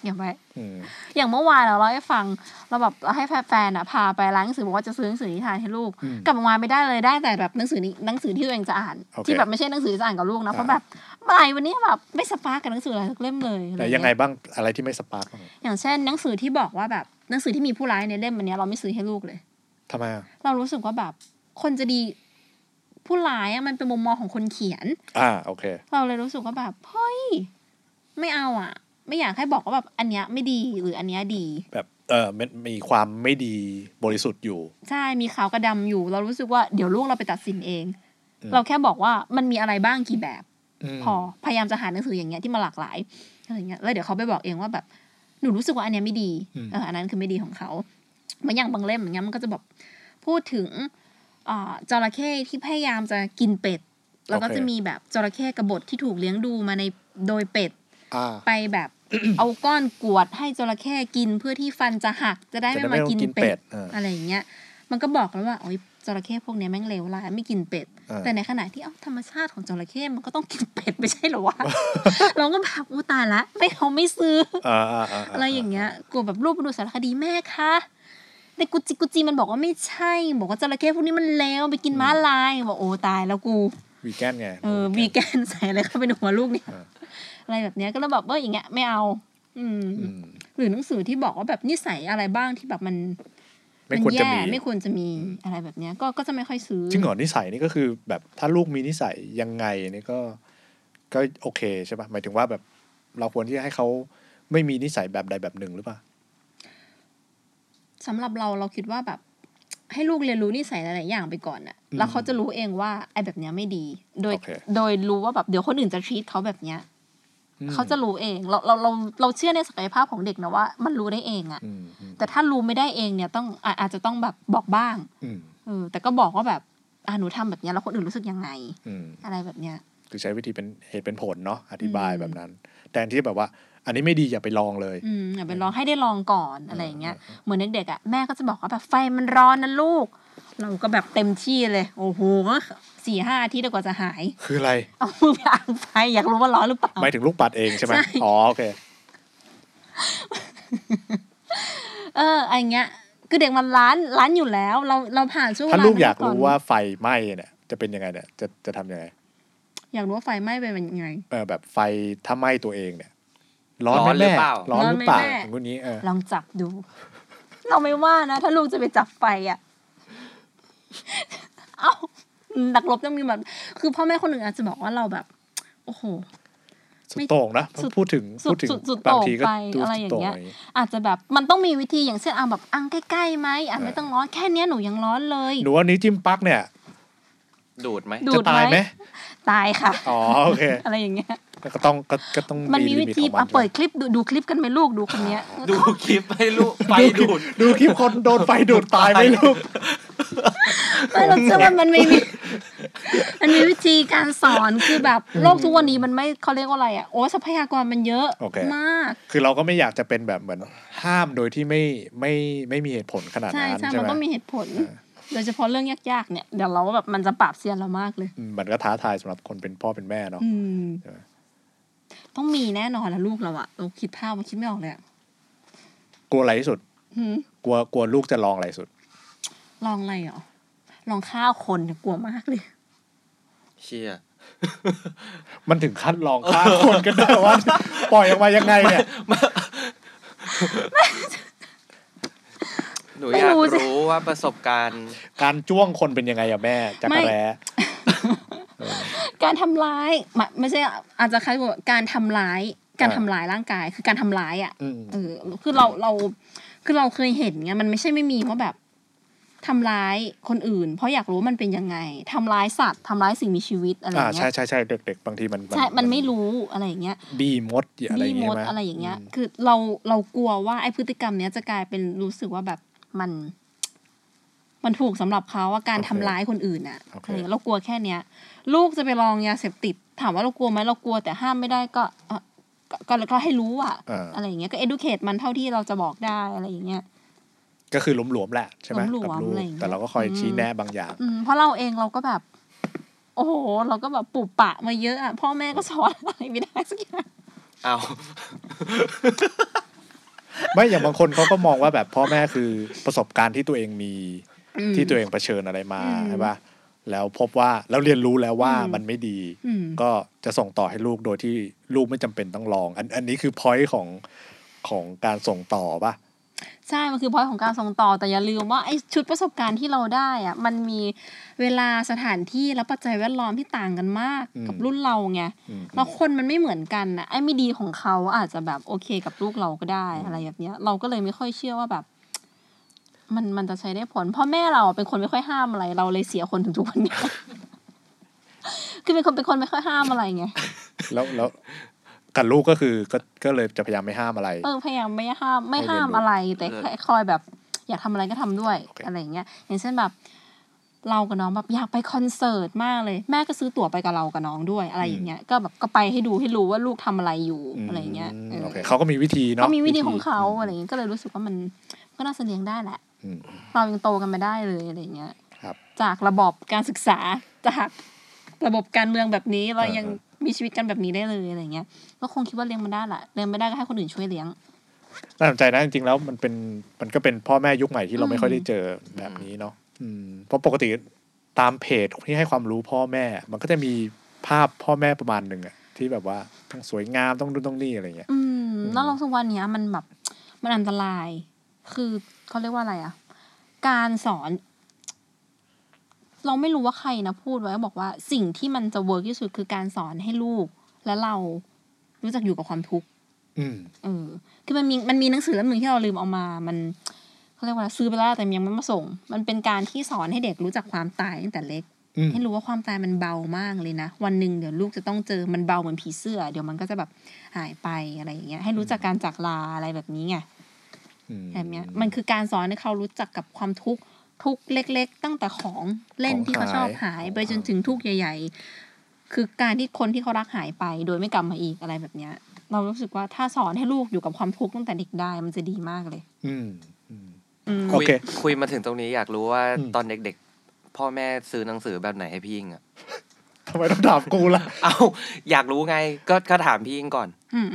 D: อย่าไป
C: อืม
D: อย่างเมื่อวานเราเล่าให้ฟังเราแบบให้แฟนๆอ่ะพาไปร้านหนังสือบอกว่าจะซื้อหนังสือนิทานให้ลูก
C: อืม
D: กลับมาไม่ได้เลยได้แต่แบบหนังสือนี้หนังสือที่ตัวเองจะอ่าน
C: โอเค
D: ที่แบบไม่ใช่หนังสือจะอ่านกับลูกนะ
C: อ่า
D: เพราะแบบอะไรวันนี้แบบไม่สปาร์กกับหนังสืออะไรสักเล่มเลยอะร
C: แต่ยังไงบ้างอะไรที่ไม่สปาร์กบ้าง
D: อย่างเช่นหนังสือที่บอกว่าแบบหนังสือที่มีผู้ร้ายในเล่มอันเนี้ยเราไม่ซื้อให้ลูกเลย
C: ทำไมอะ
D: เรารู้สึกว่าแบบคนจะดีผู้ร้ายอะมันเป็นมุมมองของคนเขียน
C: อ่าโอเค
D: เราเลยรู้สึกว่าแบบเฮ้ยไม่เอาอ่ะ ไม่อยากให้บอกว่าแบบอันเนี้ยไม่ดีหรืออันเนี้ยดี
C: แบบเออมันมีความไม่ดีบริสุทธิ์อยู่
D: ใช่ มีขาวกับดำอยู่ เรารู้สึกว่าเดี๋ยวลูกเราไปตัดสินเอง
C: อืม
D: เราแค่บอกว่ามันมีอะไรบ้างกี่แบบ
C: ม
D: พอ พยายามจะหาหนังสืออย่างเงี้ยที่มาหลากหลายอะไรเงี้ย แล้วเดี๋ยวเขาไปบอกเองว่าแบบ หนูรู้สึกว่าอันเนี้ยไม่ดี เออ อันนั้นคือไม่ดีของเขาเหมันอย่างบางเล่มอย่างเงี้ยมันก็จะแบบพูดถึงอ่าจระเข้ที่พยายามจะกินเป็ด แล้วก็จะมีแบบจระเข้กบฏที่ถูกเลี้ยงดูมาในโดยเป็ด
C: อ่า
D: ไปแบบ เอาก้อนกรวดให้จระเข้กินเพื่อที่ฟันจะหักจะได้
C: จะได้
D: ไม่มา
C: ไม่ต้อง
D: กิน
C: กินเป็
D: เป็
C: ด
D: ด
C: เอออ
D: อะไรอย่างเงี้ย มันก็บอกแล้วว่าโอ๊ยจระเข้พวกเนี้ยแม่งเลวร้ายไม่กินเป็ด
C: เออ
D: แต่ในขณะที่เอ้าธรรมชาติของจระเข้มันก็ต้องกินเป็ดไม่ใช่เหรอวะ เราก็แบบอู้ตายละไม่เอาไม่ซื้อ
C: อ่าอ่าาา
D: อะไรอย่างเงี้ยกลัวแบบรูปมันดูสารคดีแม่คะแต่กุจิกุจิมันบอกว่าไม่ใช่ บอกว่าจระเข้พวกนี้มันเลวไปกินม้าลายบอกโอ้ตายแล้วกู
C: วีแกนไง
D: เออวีแกนใส่อะไรเข้าไปในหัวลูกเนี่ย
C: เออ
D: อะไรแบบเนี้ยก็เลยแบบเอออย่างเงี้ยไม่เอา อืม
C: อืม
D: หรือหนังสือที่บอกว่าแบบนิสัยอะไรบ้างที่แบบมัน
C: ไม่ควรจะ
D: แย่
C: มี
D: ไม่ควรจะมีอะไรแบบเนี้ย ก็ก็จะไม่ค่อยซื้อ
C: จริงเหรอนิสัยนี่ก็คือแบบถ้าลูกมีนิสัยยังไงนี่ก็ก็โอเคใช่ป่ะหมายถึงว่าแบบเราควรที่จะให้เขาไม่มีนิสัยแบบใดแบบหนึ่งหรือเปล่า
D: สำหรับเราเราคิดว่าแบบ ให้ลูกเรียนรู้นิสัยหลายๆอย่างไปก่อนน่ะ
C: อืม
D: แล้วเขาจะรู้เองว่าไอ้แบบเนี้ยไม่ดี โดย
C: โอเค
D: โดยรู้ว่าแบบเดี๋ยวคนอื่นจะ treat เขาแบบเนี้ย
C: อืม
D: เขาจะรู้เองเราเราเราเราเชื่อในศักยภาพของเด็กนะว่า มันรู้ได้เองอะ
C: อืมอืม
D: แต่ถ้ารู้ไม่ได้เองเนี่ยต้องอาอาจจะต้องแบบบอกบ้าง
C: อืม
D: เออแต่ก็บอกว่าแบบอ่าหนูทำแบบเนี้ยแล้วคนอื่นรู้สึกยังไง
C: อืม
D: อะไรแบบเนี้ย
C: คือใช้วิธีเป็นเหตุเป็นผลเนาะอธิบาย
D: อืม
C: แบบนั้นแทนที่จะแบบว่า อันนี้ไม่ดีอย่าไปลองเลย
D: อืมอย่าไปลองให้ได้ลองก่อนอะไรอย่างเงี้ย
C: เออ
D: เหมือนเด็กๆอ่ะแม่ก็จะบอกว่าแบบไฟมันร้อนนะลูก เราก็แบบเต็มที่เลย โอ้โหสี่ห้าอาทิตย์กว่าจะหาย
C: คืออะไร
D: เอามือไปอ่างไฟอยากรู้ว่าร้อนหรือเปล่า
C: หมายถึงลูกปัดเองใช่ไหม
D: ใช่
C: อ๋อโอเค
D: เอออะไรเงี้ยคือเด็กมันร้านร้านอยู่แล้ว เราเราผ่านช่วงเว
C: ถ้า
D: ลา
C: ลูกอยาก
D: นั้นม
C: รู้ว่าไฟไหม้เนี่ย จะเป็นยังไงเนี่ย จะจะทำยังไง
D: อยากรู้ว่าไฟไหม้เป็นยังไง
C: เออแบบไฟถ้าไหม้ตัวเองเนี่ย ร้อนไหม
E: ร้อนหรือ
C: แม่
E: เปล่า
C: ร้อนหรือเปล่า
D: ร้อนไหมแม่
C: อย่างงู้นนี้เออ
D: ลองจับดู เราไม่ว่านะ ถ้าลูกจะไปจับไฟอ่ะ เอานักรบต้องมีแบบ คือพ่อแม่คนหนึ่งอาจจะบอกว่าเราแบบ โอ้โห
C: สุดโต่งนะ
D: สุด
C: พูดถึง
D: สุด
C: พูดถึง
D: สุดสุด
C: บางทีก็ดู
D: โต่งไปอะไร
C: สุด
D: อย่าง
C: โต่ง
D: เงี้ย
C: อย่างงี้
D: อาจจะแบบมันต้องมีวิธีอย่างเช่นเอาแบบอังใกล้ๆไหมอ่ะ
C: เออ
D: ไม่ต้องร้อนแค่เนี้ยหนูยังร้อนเลย
C: หนูว่านี้วจิ้มปลั๊กเนี่ย
E: ดูดไหม
D: ดู
C: จะ
D: ด
C: ตายไห
D: ไห
C: ม
D: มตายค่ะ
C: อ๋อโอเค
D: อะไรอย่างเงี้ย
C: ก็ต้องก็ก็ต้อง
D: มันมีวิ
C: ลิต
D: ธี
C: ของมัน
D: อ่ะเปิดคลิปดูดูคลิปกันไหมลูกดูคน เนี้ย
E: ดูคลิปให้ลูกไปดูด
C: ดูคลิปคนโดนไฟดูดตายไหมลูก
D: ไม่เราเชื่อว่ามันไม่มี มันมีวิธีการสอนคือแบบโลกทุกวันนี้มันไม่เขาเรียกว่าอะไรอ่ะโอ้ทรัพยากรมันเยอะ
C: โอเค
D: มาก
C: คือเราก็ไม่อยากจะเป็นแบบเหมือนห้ามโดยที่ไม่ไม่ไม่มีเหตุผลขนาด
D: ใช่
C: นั้น
D: ใช่
C: ใช่
D: มัน
C: ไหม
D: ต้องมีเหตุผล
C: เออ
D: โดยเฉพาะเรื่องยากๆเนี่ยเดี๋ยวเราว่าแบบมันจะปราบเซียนเรามากเลย
C: อืมมันก็ท้าทายสำหรับคนเป็นพ่อเป็นแม่เนาะ
D: อืม
C: ใช่ไหม
D: ต้องมีแน่นอนละลูกเราอะเราคิดภาพมันคิดไม่ออกเลยอะ
C: กลัวอะไรที่สุด
D: หืม
C: กลัวกลัวลูกจะลองอะไรสุด
D: ลองอะไรเหรอลองฆ่าคนเนี่ยกลัวมากเลย
E: เชีย
C: มันถึงขั้นลองฆ่าคนกันได้ว่า ปล่อยออกมายังไงเนี่ย
E: หนู
D: ไม่
E: อยาก
D: รู้สิ
E: รู้ว่าประสบการณ์
C: การจ้วงคนเป็นยังไงอะแม่จักรแร้
D: การทำร้ายไม่ไม่ใช่อาจจะคล้ายกับการทำร้าย การทำร้ายร่างกาย คือการทำร้ายอะ
C: อืม
D: เออคือเราเราคือเราเคยเห็นไงมันไม่ใช่ไม่มีว่าแบบทำร้ายคนอื่น เพราะอยากรู้ว่ามันเป็นยังไงทำร้ายสัตว์ทำร้ายสิ่งมีชีวิตอะไรอ
C: อ่า
D: ย่าง
C: ใช่
D: เงี้ย
C: ใช่ใช่เด็กๆบางทีมัน
D: ใช่มันไม่รู้อะไรอย่างเงี้ย
C: บีมดอะไรอ
D: มี
C: ย่าง
D: ม
C: เงี้ย
D: ด
C: หม
D: อะไรอย่างเงี้ย
C: ม
D: คือเราเรากลัวว่าไอ้พฤติกรรมเนี้ยจะกลายเป็นรู้สึกว่าแบบมัน มันถูกสำหรับเขาว่าการทำร้ายคนอื่นอะอะไรอย่างเงี้ยเรากลัวแค่เนี้ย ลูกจะไปลองยาเสพติด ถามว่าเรากลัวไหมเรากลัวแต่ห้ามไม่ได้ก็เอ่อก็ก็ก็ให้รู้อะ
C: อ่า
D: อะไรอย่างเงี้ยก็ educate มันเท่าที่เราจะบอกได้อะไรอย่างเงี้ย
C: ก็คือหลวมๆแหละใช่ไหม
D: หลวมๆ
C: กับลูก
D: อะไรอย่างเงี้ย
C: แต่เราก็คอย
D: อืม
C: ชี้แนะบางอย่าง
D: อืมเพราะเราเองเราก็แบบ โอ้โห เราก็แบบปลูกปะมาเยอะอ่ะพ่อแม่ก็สอนอะไรไม่ได้สักอย่าง
E: เอา
C: ไม่อย่างบางคนเขาก็มองว่าแบบพ่อแม่คือประสบการณ์ที่ตัวเองมี
D: อืม
C: ที่ตัวเองเผชิญอะไรมา
D: อืม
C: ใช่ปะแล้วพบว่าแล้วเรียนรู้แล้วว่า
D: อืม
C: มันไม่ดี
D: อืม
C: ก็จะส่งต่อให้ลูกโดยที่ลูกไม่จำเป็นต้องลอง อันอันนี้คือพอยต์ของของการส่งต่อปะ
D: ใช่ มันคือพอยของการส่งต่อแต่อย่าลืมว่าไอ้ชุดประสบการณ์ที่เราได้อ่ะ มันมีเวลาสถานที่และปัจจัยแวดล้อมที่ต่างกันมากกับรุ่นเราไง
C: อืม
D: แล้วคนมันไม่เหมือนกันนะไอ้ไม่ดีของเขาอาจจะแบบโอเคกับลูกเราก็ได้อะไรแบบเนี้ย เราก็เลยไม่ค่อยเชื่อว่าแบบ มันมันจะใช้ได้ผลเพ่อแม่เราเป็นคนไม่ค่อยห้ามอะไร เราเลยเสียคนถึงทุกวันเนี้ย คือเป็นคนเป็นคนไม่ค่อยห้ามอะไรไง
C: แล้วแล้วกับลูกก็คือก็ก็เลยจะพยายามไม่ห้ามอะไร
D: เออพยายามไม่ห้ามไม่
C: ให้เรียนรู้
D: ห้ามอะไร แต่แค่คอยแบบ อยากทำอะไรก็ทำด้วยอะไรอย่างเงี้ย อย่างเช่นแบบ เรากับน้องแบบอยากไปคอนเสิร์ตมากเลย แม่ก็ซื้อตั๋วไปกับเรากับน้องด้วยอะไรอย่างเงี้ยก็แบบก็ไปให้ดูให้รู้ว่าลูกทำอะไรอยู่
C: ม
D: อะไรอย่างเงี้ยเออ
C: โอเคเขาก็มีวิธีเนาะ
D: เขามีวิธีของเขา
C: ม
D: อะไรอย่างเงี้ยก็เลยรู้สึกว่ามันก็น่าจะเลี้ยงได้แหละ
C: อืม
D: เรายังโตกันไม่ได้เลยอะไรอย่างเงี้ย
C: ครับ
D: จากระบอบการศึกษาจากระบบการเมืองแบบนี้เรายังมีชีวิตกันแบบนี้ได้เลยอะไรอย่างเงี้ย ก็คงคิดว่าเลี้ยงมันได้แหละเลี้ยงไม่ได้ก็ให้คนอื่นช่วยเลี้ยง
C: น่าสนใจนะจริงๆแล้วมันเป็นมันก็เป็นพ่อแม่ยุคใหม่ที่เรา
D: อืม
C: ไม่ค่อยได้เจอแบบนี้เนาะอืมเพราะปกติตามเพจที่ให้ความรู้พ่อแม่ มันก็จะมีภาพพ่อแม่ประมาณหนึ่งอะที่แบบว่าต้องสวยงามต้องดูนต้องนี่อะไรเงี้ย
D: อืม
C: อืม
D: แล้วเราทุกวันเนี้ยมันแบบมันอันตราย คือเขาเรียกว่าอะไรอะการสอน เราไม่รู้ว่าใครนะพูดไว้บอกว่าสิ่งที่มันจะเวิร์กที่สุดคือการสอนให้ลูก และเรารู้จักอยู่กับความทุกข์
C: อืม
D: เออคือมันมีมันมีหนังสือเล่มหนึ่งที่เราลืมเอามา มันเขาเรียกว่าอะไรซื้อไปแล้วแต่ยังไม่มาส่ง มันเป็นการที่สอนให้เด็กรู้จักความตายตั้งแต่เล็ก
C: อืม
D: ให้รู้ว่าความตายมันเบามากเลยนะ วันหนึ่งเดี๋ยวลูกจะต้องเจอมันเบาเหมือนผีเสื้อ เดี๋ยวมันก็จะแบบหายไปอะไรอย่างเงี้ย ให้รู้จักการจากลาอะไรแบบนี้ไง
C: อืม
D: แบบเนี้ยมันคือการสอนให้เขารู้จักกับความทุกข์ทุกข์เล็ก ๆ ตั้งแต่ของเล่น
C: ของ
D: ที่เขาชอบ
C: หา
D: หาย ยไปจนถึงทุกข์ใหญ่ ๆ คือการที่คนที่เขารักหายไป โดยไม่กลับมาอีกอะไรแบบเนี้ย เรารู้สึกว่าถ้าสอนให้ลูกอยู่กับความทุกข์ตั้งแต่เด็กได้มันจะดีมากเลย
C: อืมอืม
D: อืม
C: โอ
E: คุย
C: เค
E: คุยมาถึงตรงนี้อยากรู้ว่า
C: อืม
E: ตอนเด็กๆ พ่อแม่ซื้อหนังสือแบบไหนให้พี่ยิงอ่ะ
C: ทำไมต้องถามกูล่ะ
E: เอาอยากรู้ไงก็ก็ถามพี่ยิงก่อน
D: อืม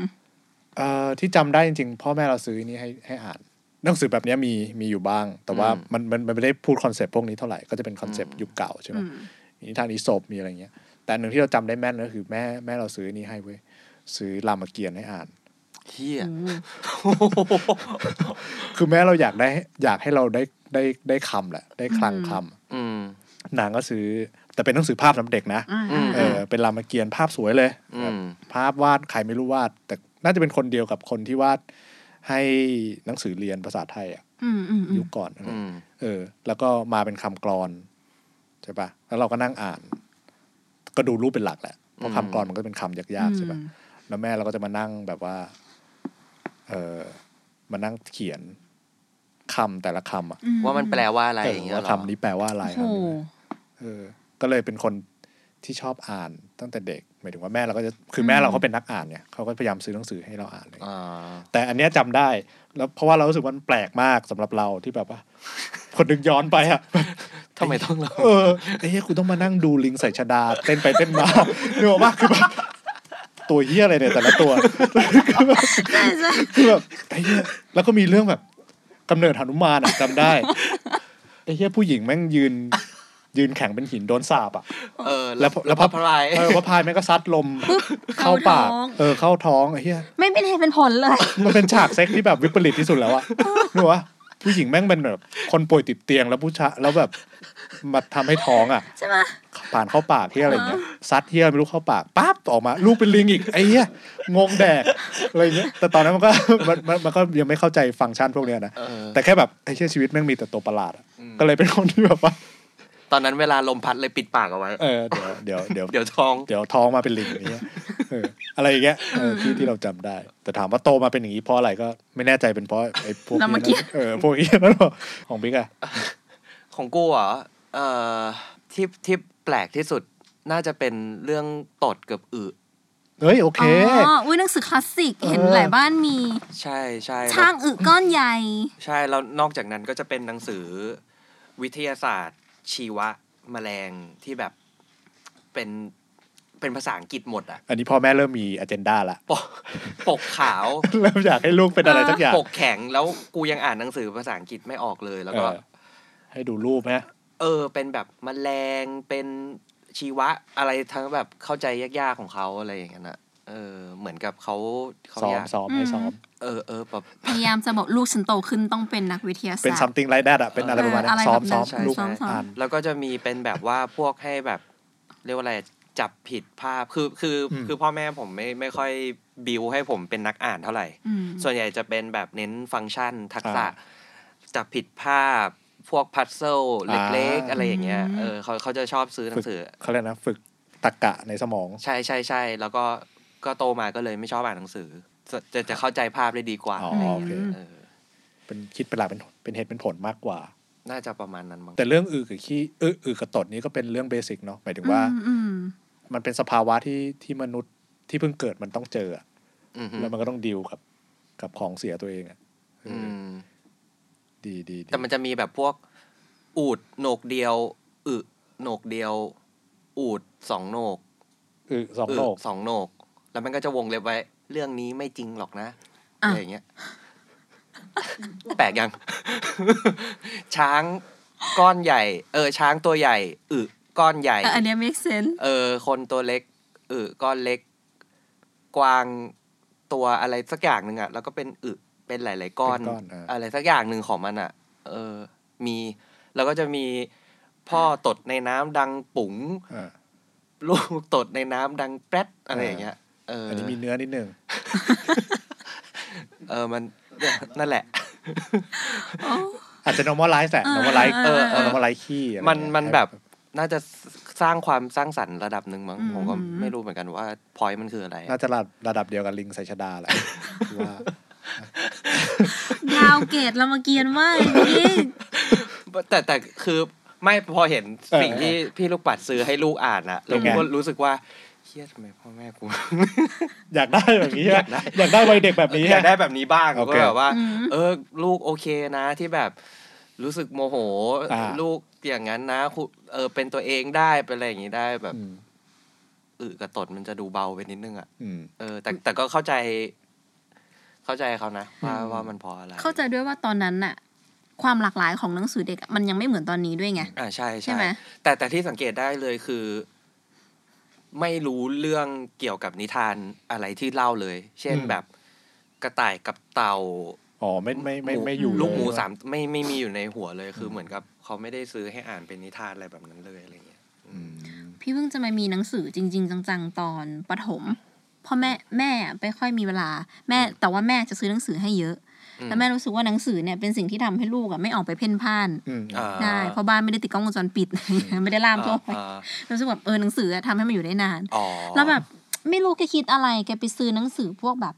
C: เอ่อที่จำได้จริงๆ พ่อแม่เราซื้อนี่ให้ให้อ่าน หนังสือแบบเนี้ยมีมีอยู่บ้าง แต่ว่า
E: อืม
C: มันมันมันไม่ได้พูดคอนเซปต์พวกนี้เท่าไหร่ก็จะเป็นคอนเซปต์ยุคเก่าใช่ไหม
D: อืม
C: นิทานอีสบมีอะไรเงี้ย แต่อันหนึ่งที่เราจำได้แม่นก็คือแม่แม่เราซื้อนี่ให้เว้ยซื้อรามเกียรติให้อ่าน
E: เฮีย
D: อืม
C: คือแม่เราอยากได้อยากให้เราได้ได้ได้คำแหละได้คลังคำ
E: อืม
C: นางก็ซื้อ แต่เป็นหนังสือภาพสำหรับเด็กนะ
D: อืม
E: อืม
C: เออเป็นรามเกียรติภาพสวยเลย
E: อื
C: แบบ
E: ม
C: ภาพวาดใครไม่รู้วาด แต่น่าจะเป็นคนเดียวกับคนที่วาดให้หนังสือเรียนภาษาไทยอะ
D: อืมอืมอื
C: ยุ
D: ม
C: คก่อนอะไร
E: อืม
C: เออ แล้วก็มาเป็นคำกรอนใช่ปะแล้วเราก็นั่งอ่าน ก็ดูรูปเป็นหลักแหละเพราะ
E: อืม
C: คำกรอนมันก็เป็นคำยากๆใช่ปะแล้วแม่เราก็จะมานั่งแบบว่า เออมานั่งเขียนคำแต่ละคำอะ
D: อื
E: ว่ามันแปลว่าอะไรอย่างเงี้ย
C: ว่า
E: เหรอ
C: คำนี้แปลว่าอะไร
D: โอ้
C: คำ
D: โห
C: นี้เออ ก็เลยเป็นคน ที่ชอบอ่านตั้งแต่เด็กหมายถึงว่าแม่เราก็จะคือแม่เราเขาเป็นนักอ่านเนี่ยเขาก็พยายามซื้อหนังสือให้เราอ่านเลย
E: อ่า
C: แต่อันเนี้ยจำได้แล้วเพราะว่าเรารู้สึกว่ามันแปลกมากสำหรับเราที่แบบว่า คนนึงย้อนไปอะ
E: ทำไมต้องเรา
C: เออไอ้เหี้ยกูต้องมานั่งดูลิงใส่ชดา เต้นไปเต้นมาเนกออกปะคือแบบตัวเหี้ยอะไรเนี่ยแต่ละตัว
D: ใช่ใช่
C: คือแบบไอ้เหี้ยแล้วก็มีเรื่องแบบกำเนิดหนุมานอ่ะจำได้ไอ้เหี้ยผู้หญิงแม่งยืน ยืนแข็งเป็นหินโดนสาบอ่ะ
E: เออ
C: แล้วแล้ว
E: พั
C: พั
E: บบ พลาย
C: เออพับพายแม่งก็ซัดล ม
D: ปุ๊บ
C: เข้าปาก
D: ท้อง
C: เออเข้าท้องไอ้เหี้ย
D: ไม่เป็นเหตุเป็นผลเลย
C: มันเป็นฉากเซ็กที่แบบวิปริตที่สุดแล้ว อะรู้ว่าผู้หญิงแม่งเป็นแบบคนป่วยติดเตียงแล้วผู้ชายแล้วแบบมาทำให้ท้องอะ
D: ใช่ไหม
C: ผ่านเข้าปากที่อะไรเงี้ยซัดเที่ยไม่รู้เข้าปากปั๊บออกมา ลูกเป็นลิงอีกไอ้เหี้ยงงแดกอะไรเงี้ยแต่ตอนนั้นมันก็ มันมันมันก็ยังไม่เข้าใจฟังก์ชันพวกเนี้ยนะ
E: เออ
C: แต่แค่แบบไอ้เชี่ยชีวิตแม่งมีแต่ตัวประหลาดอะ
E: อืม
C: ก็เลยเป็นคนที่แบบว่า
E: ตอนนั้นเวลาลมพัดเลยปิดปากเอาไว้
C: เออเดี๋ยวเดี๋ยวเดี๋ยว
E: เดี๋ยวท้อง
C: เดี๋ยวท้องมาเป็นลิงอย่างเงี้ยเอออะไรอย่างเงี้ยเออที่ที่เราจำได้ แต่ถามว่าโตมาเป็นอย่างนี้เพราะอะไรก็ไม่แน่ใจเป็นเพราะไอ้พวก
D: เรา
C: นี้
D: มาเกี่ยว
C: นะเออพวกนี้นั่นหรอของบิ๊กอะ
E: ของกูเหรอเอ่อที่ที่แปลกที่สุดน่าจะเป็นเรื่องตดเกือบอึ
C: เฮ้ย โอเค
D: อ๋ออุ้ยหนังสือคลาสสิกเห็น
C: เออ
D: หลายบ้านมี
E: ใช่ใช่
D: ช่างอึก้อนใหญ่
E: ใช่แล้วนอกจากนั้นก็จะเป็นหนังสือวิทยาศาสตร์ ชีวะแมลงที่แบบเป็นเป็นภาษาอังกฤษหมดอ่ะ
C: อันนี้พ่อแม่เริ่มมีอ g e n d a ละ
E: ปกปกขาว
C: เริ่มอยากให้ลูกเป็นอะไรสักอย่าง
E: ปกแข็งแล้วกูยังอ่านหนังสือภาษาอังกฤษไม่ออกเลยแล้วก็
C: เออให้ดูรูปฮะ
E: เออ เป็นแบบมแมลงเป็นชีวะอะไรทั้งแบบเข้าใจยากๆของเขาอะไรอย่างเงี้ยนะเออ เหมือนกับเขาเขา
C: ซ้อ
E: อ
C: ม
E: ยาก
C: ซ้อมให้ซ้อม
E: เออเออแบบ
D: พยายามจะบอกลูกฉันโตขึ้นต้องเป็นนักวิทยาศาสตร์
C: เป็น something like that อะเป็นอะไร
D: เออ
C: ประมาณนั้
D: อะไร
C: นซ้อม
D: แบบนั้น
C: ซ้อม
E: ใช่
C: ลูก
E: ซ้อม
D: ซ้อม
C: อ่าน
E: แล้วก็จะมีเป็นแบบว่าพวกให้แบบ เรียกว่าอะไรจับผิดภาพคือคือ
C: อืม
E: คือพ่อแม่ผมไม่ไม่ค่อยบิวให้ผมเป็นนักอ่านเท่าไหร่
D: อืม
E: ส่วนใหญ่จะเป็นแบบเน้นฟังก์ชันทักษะจับผิดภาพ พวกพัซเซิลเล็กๆ อะไรอย่างเงี้ย
D: อืม
E: เออเขาเขาจะชอบซื้อหนังสือ
C: เขาเรียกนะฝึกตรรกะในสมอง
E: ใช่ใช่ใช่แล้วก็ก็โตมาก็เลยไม่ชอบอ่านหนังสือ จะจะจะเข้าใจภาพได้ดีกว่า
C: อ๋อ
E: อะไร
C: โอ
E: เงี้ย
C: เค
E: เออ
C: เป็นคิดเป็นหลักเป็นเป็นเหตุเป็นผลมากกว่า
E: น่าจะประมาณนั้นมั้ง
C: แต่เรื่องอือกับขี้อืออือกับตดนี้ก็เป็นเรื่องเบสิกเนาะหมายถึงว่า
D: อืมอืม
C: มันเป็นสภาวะที่ที่มนุษย์ที่เพิ่งเกิดมันต้องเจออะ
E: อือฮึ
C: แล้วมันก็ต้องดีลกับ กับของเสียตัวเองอะเออ
E: อื
C: อ
E: ม
C: ดีดีดี
E: แต่มันจะมีแบบพวก อูดโหนกเดียวอึโหนกเดียว อูดสองโหนก
C: อือสองโลก
E: สองโหนก แล้วมันก็จะวงเล็บไว้ เรื่องนี้ไม่จริงหรอกนะ
D: อ่ะ
E: อะไรอย่างเงี้ยแปลกยัง ช้างก้อนใหญ่ เออ ช้างตัวใหญ่อึก้อนใหญ่
D: เอออันเนี้ย make sense
E: เออ คนตัวเล็กอึก้อนเล็ก กวางตัวอะไรสักอย่างหนึ่งอะแล้วก็เป็นอึเป็นหลาย ๆ ก้อน
C: เป็นก้อนอ่า
E: อะไรสักอย่างหนึ่งของมันอะเออ มี แล้วก็จะมีพ่อตดในน้ำดังปุ๋ง
C: อ่า
E: ลูกตดในน้ำดังแป๊ดอะไรอย่างเงี้ยเออ
C: อันนี้มีเนื้อนิดนึง
E: เออมันนั่นแหละ
D: โอ้
C: อาจจะ normalize แหละ
D: อ่า
C: normalize
E: เออเออ
C: normalize ขี้อะไร
E: มัน
C: เงี้ย
E: มันแบบน่าจะสร้างความสร้างสรรค์ระดับหนึ่งมั้ง
D: อืม
E: ผมก็ไม่รู้เหมือนกันว่าพอยมันคืออะไร
C: น่าจะระดับระดับเดียวกับลิงไซชดา แหละว่า
D: ดาวเกตเรามาเกียนมากนี่
E: แต่แต่คือไม่พอเห็นสิ่งที่พี่ลูกปัดซื้อให้ลูกอ่านอะแล้วกูก็รู้สึกว่าเครียดทำไมพ่อแม่กู
C: อยากได้แบบนี้ใช่
E: อ
C: ไหม
E: ยาก
C: อยาก
E: ได้
C: ได้วัยเด็กแบบนี้
E: อยาก
C: ใช่ไหม
E: ได้แบบนี้บ้าง
C: โอ
E: ก็
C: เค
E: แบบว่า
D: อืม
E: เออ ลูกโอเคนะที่แบบรู้สึกโมโห
C: อ่า
E: ลูกอย่างนั้นนะคุเออเป็นตัวเองได้เป็นอะไรอย่างนี้ได้แบบ
C: อืม
E: อึกระตดมันจะดูเบาไปนิดนึงอะ
C: อืม
E: เออแต่แต่ก็เข้าใจ เข้าใจเขานะว่าว่ามันเพออะไร
D: เข้าใจด้วยว่าตอนนั้นน่ะ ความหลากหลายของหนังสือเด็กอะมันยังไม่เหมือนตอนนี้ด้วยไง
E: อ่าใช่
D: ใช่
E: ใช่
D: ไหม
E: แต่แต่ที่สังเกตได้เลยคือ ไม่รู้เรื่องเกี่ยวกับนิทานอะไรที่เล่าเลย เช่น
C: อืม
E: แบบกระต่ายกับเต่า
C: อ๋อไม่ไม่ไม่ไม่อยู่
E: ลูกหมู
C: เย
E: สามไม่ไม่มีอยู่ในหัวเลย คือเหมือนกับเขาไม่ได้ซื้อให้อ่านเป็นนิทานอะไรแบบนั้นเลยอะไรเงี้ย
C: อืม
D: พี่เพิ่งจะมามีหนังสือจริง ๆ จังๆ ตอนประถมพ่อแม่แม่อะไม่ค่อยมีเวลา แม่แต่ว่าแม่จะซื้อหนังสือให้เยอะ
E: อื
D: แล้วแม่รู้สึกว่าหนังสือเนี่ยเป็นสิ่งที่ทำให้ลูกอะไม่ออกไปเพ่นพ่าน
C: อืม
E: อ่า
D: ได้เพราะบ้านไม่ได้ติดกล้องวงจรปิด ไม่ได้ล่ามทั่วไป
E: อ่า
D: รู้สึกแบบเออหนังสืออะทำให้มันอยู่ได้นาน
E: อ๋อ
D: แล้วแบบไม่รู้แกคิดอะไรแกไปซื้อหนังสือพวกแบบ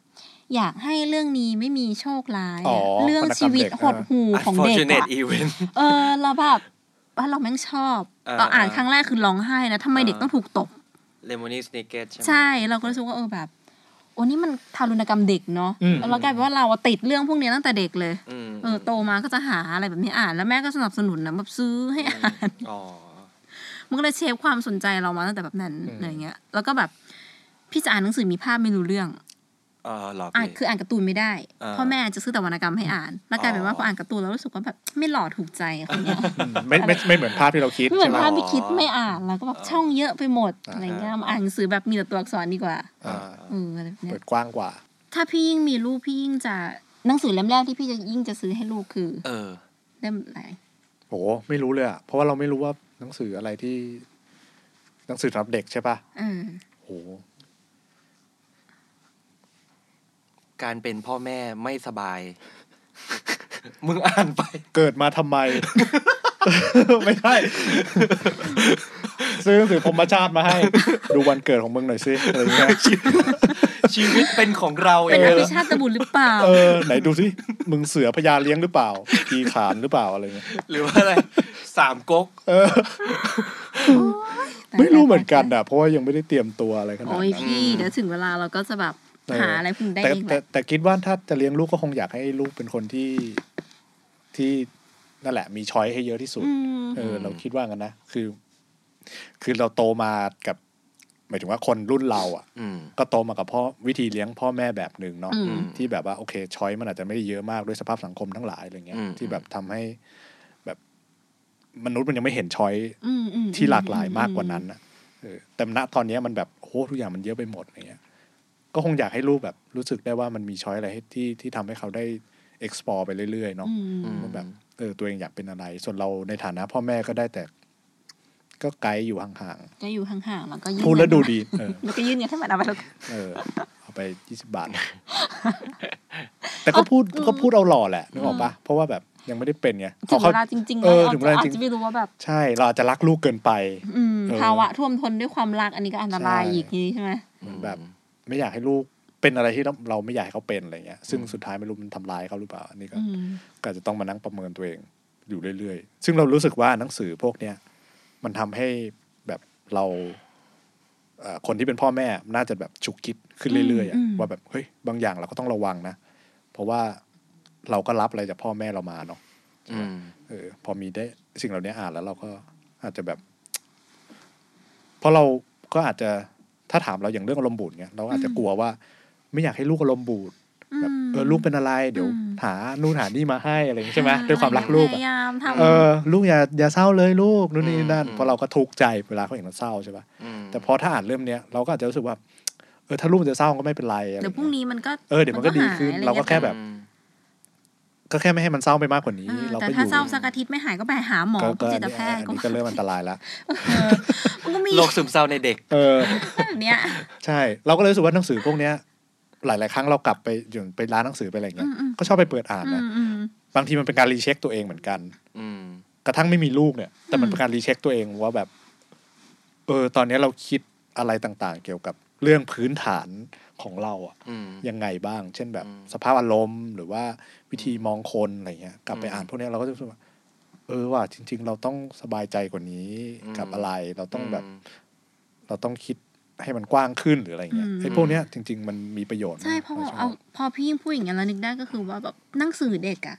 D: อยากให้เรื่องนี้ไม่มีโชคร้ายอะเรื่องชีวิตหดหู่
E: อ
D: ของเด็ก
E: fortunate
D: อะ
E: event
D: เออเราแบบ ว่าเราแม่งชอบ
E: เออ
D: เราอ่านครั้งแรกคือร้องไห้นะทำไม
E: เออ
D: เด็กต้องถูกตบ
E: เลมอนี่สเนกเก็ตใช่ไหม
D: ใช่เราก็รู้สึกว่าเออแบบโอ้นี่มันทารุณกรรมเด็กเนาะ
C: อืม
D: แล้วเรากลายเป็นว่าเราอะติดเรื่องพวกเนี้ยตั้งแต่เด็กเลย
E: อืม
D: เออโตมาก็จะหาอะไรแบบนี้อ่านแล้วแม่ก็สนับสนุนนะแบบซื้อให้อ่าน
E: อ๋อ
D: มันก็เลยเชฟความสนใจเรามาตั้งแต่แบบนั้น
C: อืม
D: อะไรเงี้ย แล้วก็แบบพี่จะอ่านหนังสือมีภาพไม่รู้เรื่อง
E: เออเหรอ
D: อ่าน
E: พี่
D: คืออ่านการ์ตูนไม่ได้
E: อ่า
D: พ่อแม่จะซื้อแต่วรรณกรรมให้อ่านแล้วกลายเป็นว่า
E: อ๋อ
D: พออ่านการ์ตูนแล้วรู้สึกว่าแบบไม่หล่อถูกใจค นเนี้ย
C: ไม่ไม่ไม่เหมือนภาพที่เราคิด
D: ไม่เหมือน
C: ใช่ไหม
D: ภาพที่คิดไม่อ่านแล้วก็แบบช่องเยอะไปหมดอะไรเงี้ย
E: อ่า
D: มาอ่านหนังสือแบบมีแต่ตัวอักษรดีกว่า
C: อ่า
D: เอออะไรแบบเนี้
C: เปิ
D: ย
C: ดกว้างกว่า
D: ถ้าพี่ยิ่งมีลูกพี่ยิ่งจะหนังสือเล่มแรกที่พี่จะยิ่งจะซื้อให้ลูกคือ
E: เออ
D: เล่มอะไร
C: โหไม่รู้เลยอ่ะเพราะว่าเราไม่รู้ว่าหนังสืออะไรที่ หนังสือสำหรับเด็กใช่ปะ
D: เออ
C: โห
E: การเป็นพ่อแม่ไม่สบาย มึงอ่านไป
C: เกิดมาทำไม ไม่ใช่ซื้อหนังสือพรหมชาติมาให้ ดูวันเกิดของมึงหน่อยสิอะไรเงี้ ย
E: ชีวิตเป็นของเราเอ
D: เป็น
E: ง
D: อภิชาติบุตรหรือเปล่า
C: เออไหนดูสิมึงเสือพญาเลี้ยงหรือเปล่าปีขานหรือเปล่าอะไรเงี้ย
E: หรือว่าอะไร สามก๊ก
C: เออ ไม่รู้เหมือนกันอ่ะเพราะว่ายังไม่ได้เตรียมตัวอะไรขนาด
D: โอ้ย
C: นั้น
D: พี่ เดี๋ยวถึงเวลาเราก็จะแบบ
C: เออ
D: หาอะไรพึ่งได้
C: แต่
D: เองแห
C: แต่
D: ละ
C: แต่คิดว่าถ้าจะเลี้ยงลูกก็คงอยากให้ลูกเป็นคนที่ที่นั่นแหละ มีช้อยให้เยอะที่สุด
D: อืม
C: เออเราคิดว่างั้นนะคือ คือเราโตมากับ หมายถึงว่าคนรุ่นเราอ่ะ
E: อืม
C: ก็โตมากับพ่อวิธีเลี้ยงพ่อแม่แบบหนึ่งเนาะ
D: อืม
E: ม
C: ที่แบบว่าโอเคช้อยมันอาจจะไม่ได้เยอะมากด้วยสภาพสังคมทั้งหลายอะไรเงี้
E: อื
C: ย
E: ม
C: ที่แบบทำให้แบบมนุษย์มันยังไม่เห็นช้อย
D: อืมอืม
C: ที่หลากหลายมากกว่านั้นนะเออแต่ณตอนเนี้ยมันแบบโอ้โหทุกอย่างมันเยอะไปหมดอะไรเงี้ยก็คงอยากให้ลูกแบบรู้สึกได้ว่ามันมีช้อยอะไรให้ที่ที่ทำให้เขาได้ explore ไปเรื่อยๆเนาะ
D: อืม
E: อืม
C: ว่าแบบเออตัวเองอยากเป็นอะไร ส่วนเราในฐานะพ่อแม่ก็ได้แต่ ก็ไกด์อยู่ห่าง
D: ก็อยู่ห่างๆแล้วก็
C: ๆ
D: ยื่น
C: พูดแล้วดูดี เออ
D: แล้วก็ยื่นเงินให้มันเอาไปแล้ว
C: เออเอาไปยี่สิบาท แต่ก็พูดก็พูดเอาหล่อแหละนึกออกปะเพราะว่าแบบยังไม่ได้เป็นไง
D: ถึ
C: เขา
D: ง
C: เขา
D: เวลาจริงๆ
C: เอ
D: แล้ว
C: อ
D: อา
C: ถึ
D: จ
C: งเว
D: จะ
C: ลา
D: อาจ
C: จริง
D: จะไม่รู้ว่าแบบ
C: ใช่ เราอาจจะรักลูกเกินไป
D: อืม
C: เออ
D: ภาวะท่วมทนด้วยความรักอันนี้ก็อันตราย
C: ใช่
D: อีกนี้ใช่ไหม
C: เหมือนแบบ ไม่อยากให้ลูกเป็นอะไรที่เราเราไม่อยากให้เขาเป็นอะไรเงี้ยซึ่งสุดท้ายไม่รู้มันทำร้ายเขาหรือเปล่าอันนี้ก็
D: อืม
C: ก็อาจจะต้องมานั่งประเมินตัวเองอยู่เรื่อยๆ ซึ่งเรารู้สึกว่าหนังสือพวกเนี้ยมันทำให้แบบเราเอ่อคนที่เป็นพ่อแม่น่าจะแบบฉุกคิดขึ้นเรื่อยๆอะว่าแบบเฮ้ยบางอย่างเราก็ต้องระวังนะ เพราะว่าเราก็รับอะไรจากพ่อแม่เรามาเนาะ
E: อืม
C: เออพอมีได้สิ่งเหล่านี้อ่านแล้วเราก็อาจจะแบบ เพราะเราก็อาจจะถ้าถามเราอย่างเรื่องอารมณ์บูดเนี้ยเราอาจจะกลัวว่า ไม่อยากให้ลูกอารมณ์บูด แบบ
D: ม
C: เออลูกเป็นอะไรเดี๋ยว
D: อืม
C: หานู่นหานี่มาให้อะไรอย่างงี้ใช่ไหมด้วยความรักลูก
D: พ
C: อะ
D: ยายามทำ
C: เออลูกอย่าอย่าเศร้าเลยลูกนู่นนี่นั่น
E: อืม
C: เพราะเราก็ทุกข์ใจเวลาเขาเห็นเราเศร้าใช่ป่ะ
E: อืม
C: แต่พอถ้าอ่านเรื่องเนี้ยเราก็อาจจะรู้สึกว่า เออถ้าลูกมันจะเศร้าก็ไม่เป็นไรอะไรอ
D: เดี๋
C: ย่า
D: ย
C: ว ง
D: พรุ่ง
C: เงี้ย
D: นี้มันก็
C: เออเดี๋ยวมันก็ดีขึ้น
D: หย
C: เราก็แค่
D: อะไร
C: แบบ ก็แค่ไม่ให้มันเศร้าไปมากกว่านี้
D: เงี้ย
C: เรา
D: แต่
C: ก็อ
D: ถ้า
C: ยู่
D: เศร้าสักอาทิตย์ไม่หายก็ไปหาหมอ
C: ก็ก็
D: จิ
C: อัน
D: ต
C: นี้
D: แพ
C: อั
D: ทย์
C: นนี้ก็เริ่มอันตรายละ
D: มันก็มี
E: โรคซึมเศร้าในเด็ก
C: เออ
D: แบบเนี้ย
C: ใช่ เราก็เลยรู้สึกว่าหนังสือพวกเนี้ย หลาย ๆ ครั้งเรากลับไปอยู่ไปร้านหนังสือไปอะไรอย่างเงี้ย
D: อืมๆ
C: ก็ชอบไปเปิดอ่าน
D: อื
C: นะ
D: มอืม
C: บางทีมันเป็นการรีเช็คตัวเองเหมือนกัน
E: อืม
C: กระทั่งไม่มีลูกเนี่ย แต่มัน
D: อืม
C: เป็นการรีเช็คตัวเองว่าแบบ เออ ตอนนี้เราคิดอะไรต่างๆ เกี่ยวกับเรื่องพื้นฐานของเราอะ
E: อืม
C: ยังไงบ้าง เช่นแบบ
E: อืม
C: สภาพอารมณ์หรือว่าวิธีมองคนอะไรเงี้ย กลับไป
E: อืม
C: อ่านพวกเนี้ยเราก็จะรู้สึกว่า เออว่าจริง ๆ เราต้องสบายใจกว่านี้
E: อืม
C: กับอะไร เราต้องแบบ เราต้องคิดให้มันกว้างขึ้นหรืออะไรเงี้ย
D: อืม
C: ไอ้พวกเนี้ยจริง ๆ มันมีประโยชน์น
D: ใช่เพราะว่า
C: ชบ
D: เอาพอพี่ยิ่งพูดอย่างนั้นแล้วนึกได้ก็คือว่าแบบหนังสือเด็กอะ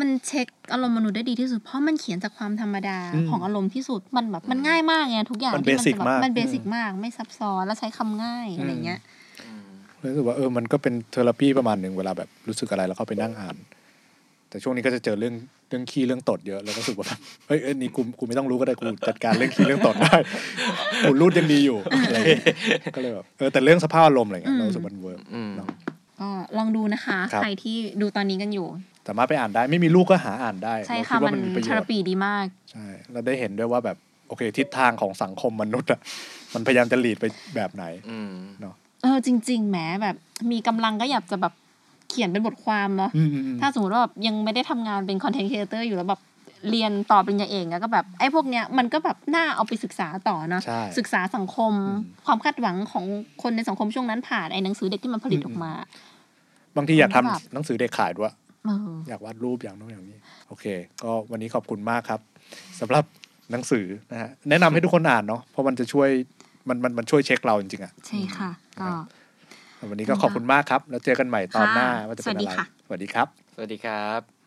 D: มันเช็คอารมณ์มนุษย์ได้ดีที่สุดเพราะมันเขียนจากความธรรมดาของอารมณ์ที่สุดมันแบบมันง่ายมากไงทุกอย่าง
C: มันเบ
D: ที่
C: สิก
D: แบบ
C: มาก
D: มันเบสิกมากไม่ซับซ้อนแล้วใช้คำง่ายอะไรเงี้ย
E: อืม
C: รู้สึกว่าเออมันก็เป็นเทอราปีประมาณหนึ่งเวลาแบบรู้สึกอะไรแล้วเข้าไปนั่งอ่าน แต่ช่วงนี้ก็จะเจอเรื่องเรื่องขี้เรื่องตดเยอะแล้วก็รู้สึกว่าแบบเฮ้ยเอ้ยนี่กูกูไม่ต้องรู้ก็ได้กูจัดการเรื่องขี้เรื่องตดได้ กูรูดยังดีอยู่อะไรเงี้ยก็เลยแบบเออแต่เรื่องสภาพอารมณ์อะไรเงี้ย
D: อืม
C: เรารู้สึกมันเวิร์ก
E: อืม
D: ก็ลองดูนะคะ
C: ครับ
D: ใครที่ดูตอนนี้กันอยู่
C: สามารถไปอ่านได้ไม่มีลูกก็หาอ่านได้
D: ใช่
C: เรา
D: ค่ะ
C: คิดว่า
D: มัน
C: มันมีประโย
D: เทอ
C: ช
D: รา
C: น์
D: ปีดีมาก
C: ใช่เราได้เห็นด้วยว่าแบบโอเค ทิศทางของสังคมมนุษย์อะมันพยายามจะหลีดไปแบบไหน
E: อืม
D: เออจริง ๆแหมแบบมีกำลังก็อยากจะแบบเขียนเป็นบทความเนาะ
C: อืมอืมอืม
D: ถ้าสมมติว่าแบบยังไม่ได้ทำงานเป็นคอนเทนต์ครีเอเตอร์อยู่แล้วแบบเรียนต่อปริญญาเอกอะก็แบบไอ้พวกเนี้ยมันก็แบบน่าเอาไปศึกษาต่อเนอะ
C: ใช่
D: ศึกษาสังคม
C: อืม
D: ความคาดหวังของคนในสังคมช่วงนั้นผ่านไอ้หนังสือเด็กที่มันผลิตออกมา
C: บางทีอยาก
D: มั
C: ทำ
D: นก็แบบ
C: หนังสือเด็กขายด้วย
D: เออ
C: อยากวาดรูปอย่างโน้นอย่างนี้ โอเค ก็วันนี้ขอบคุณมากครับสำหรับหนังสือนะฮะแนะนำให้ทุกคนอ่านเนาะเพราะมันจะช่วยมันมันมันช่วยเช็คเราจริงๆอ่ะ
D: ใช่ค่ะ ก็
C: วันนี้ก็ขอบคุณมากครับ แล้วเจอกันใหม่ตอนหน้าว่าจะเป็นอะไร
D: สวัสดีค่ะ
C: สวัสดีครับ
E: สวัสดีครับ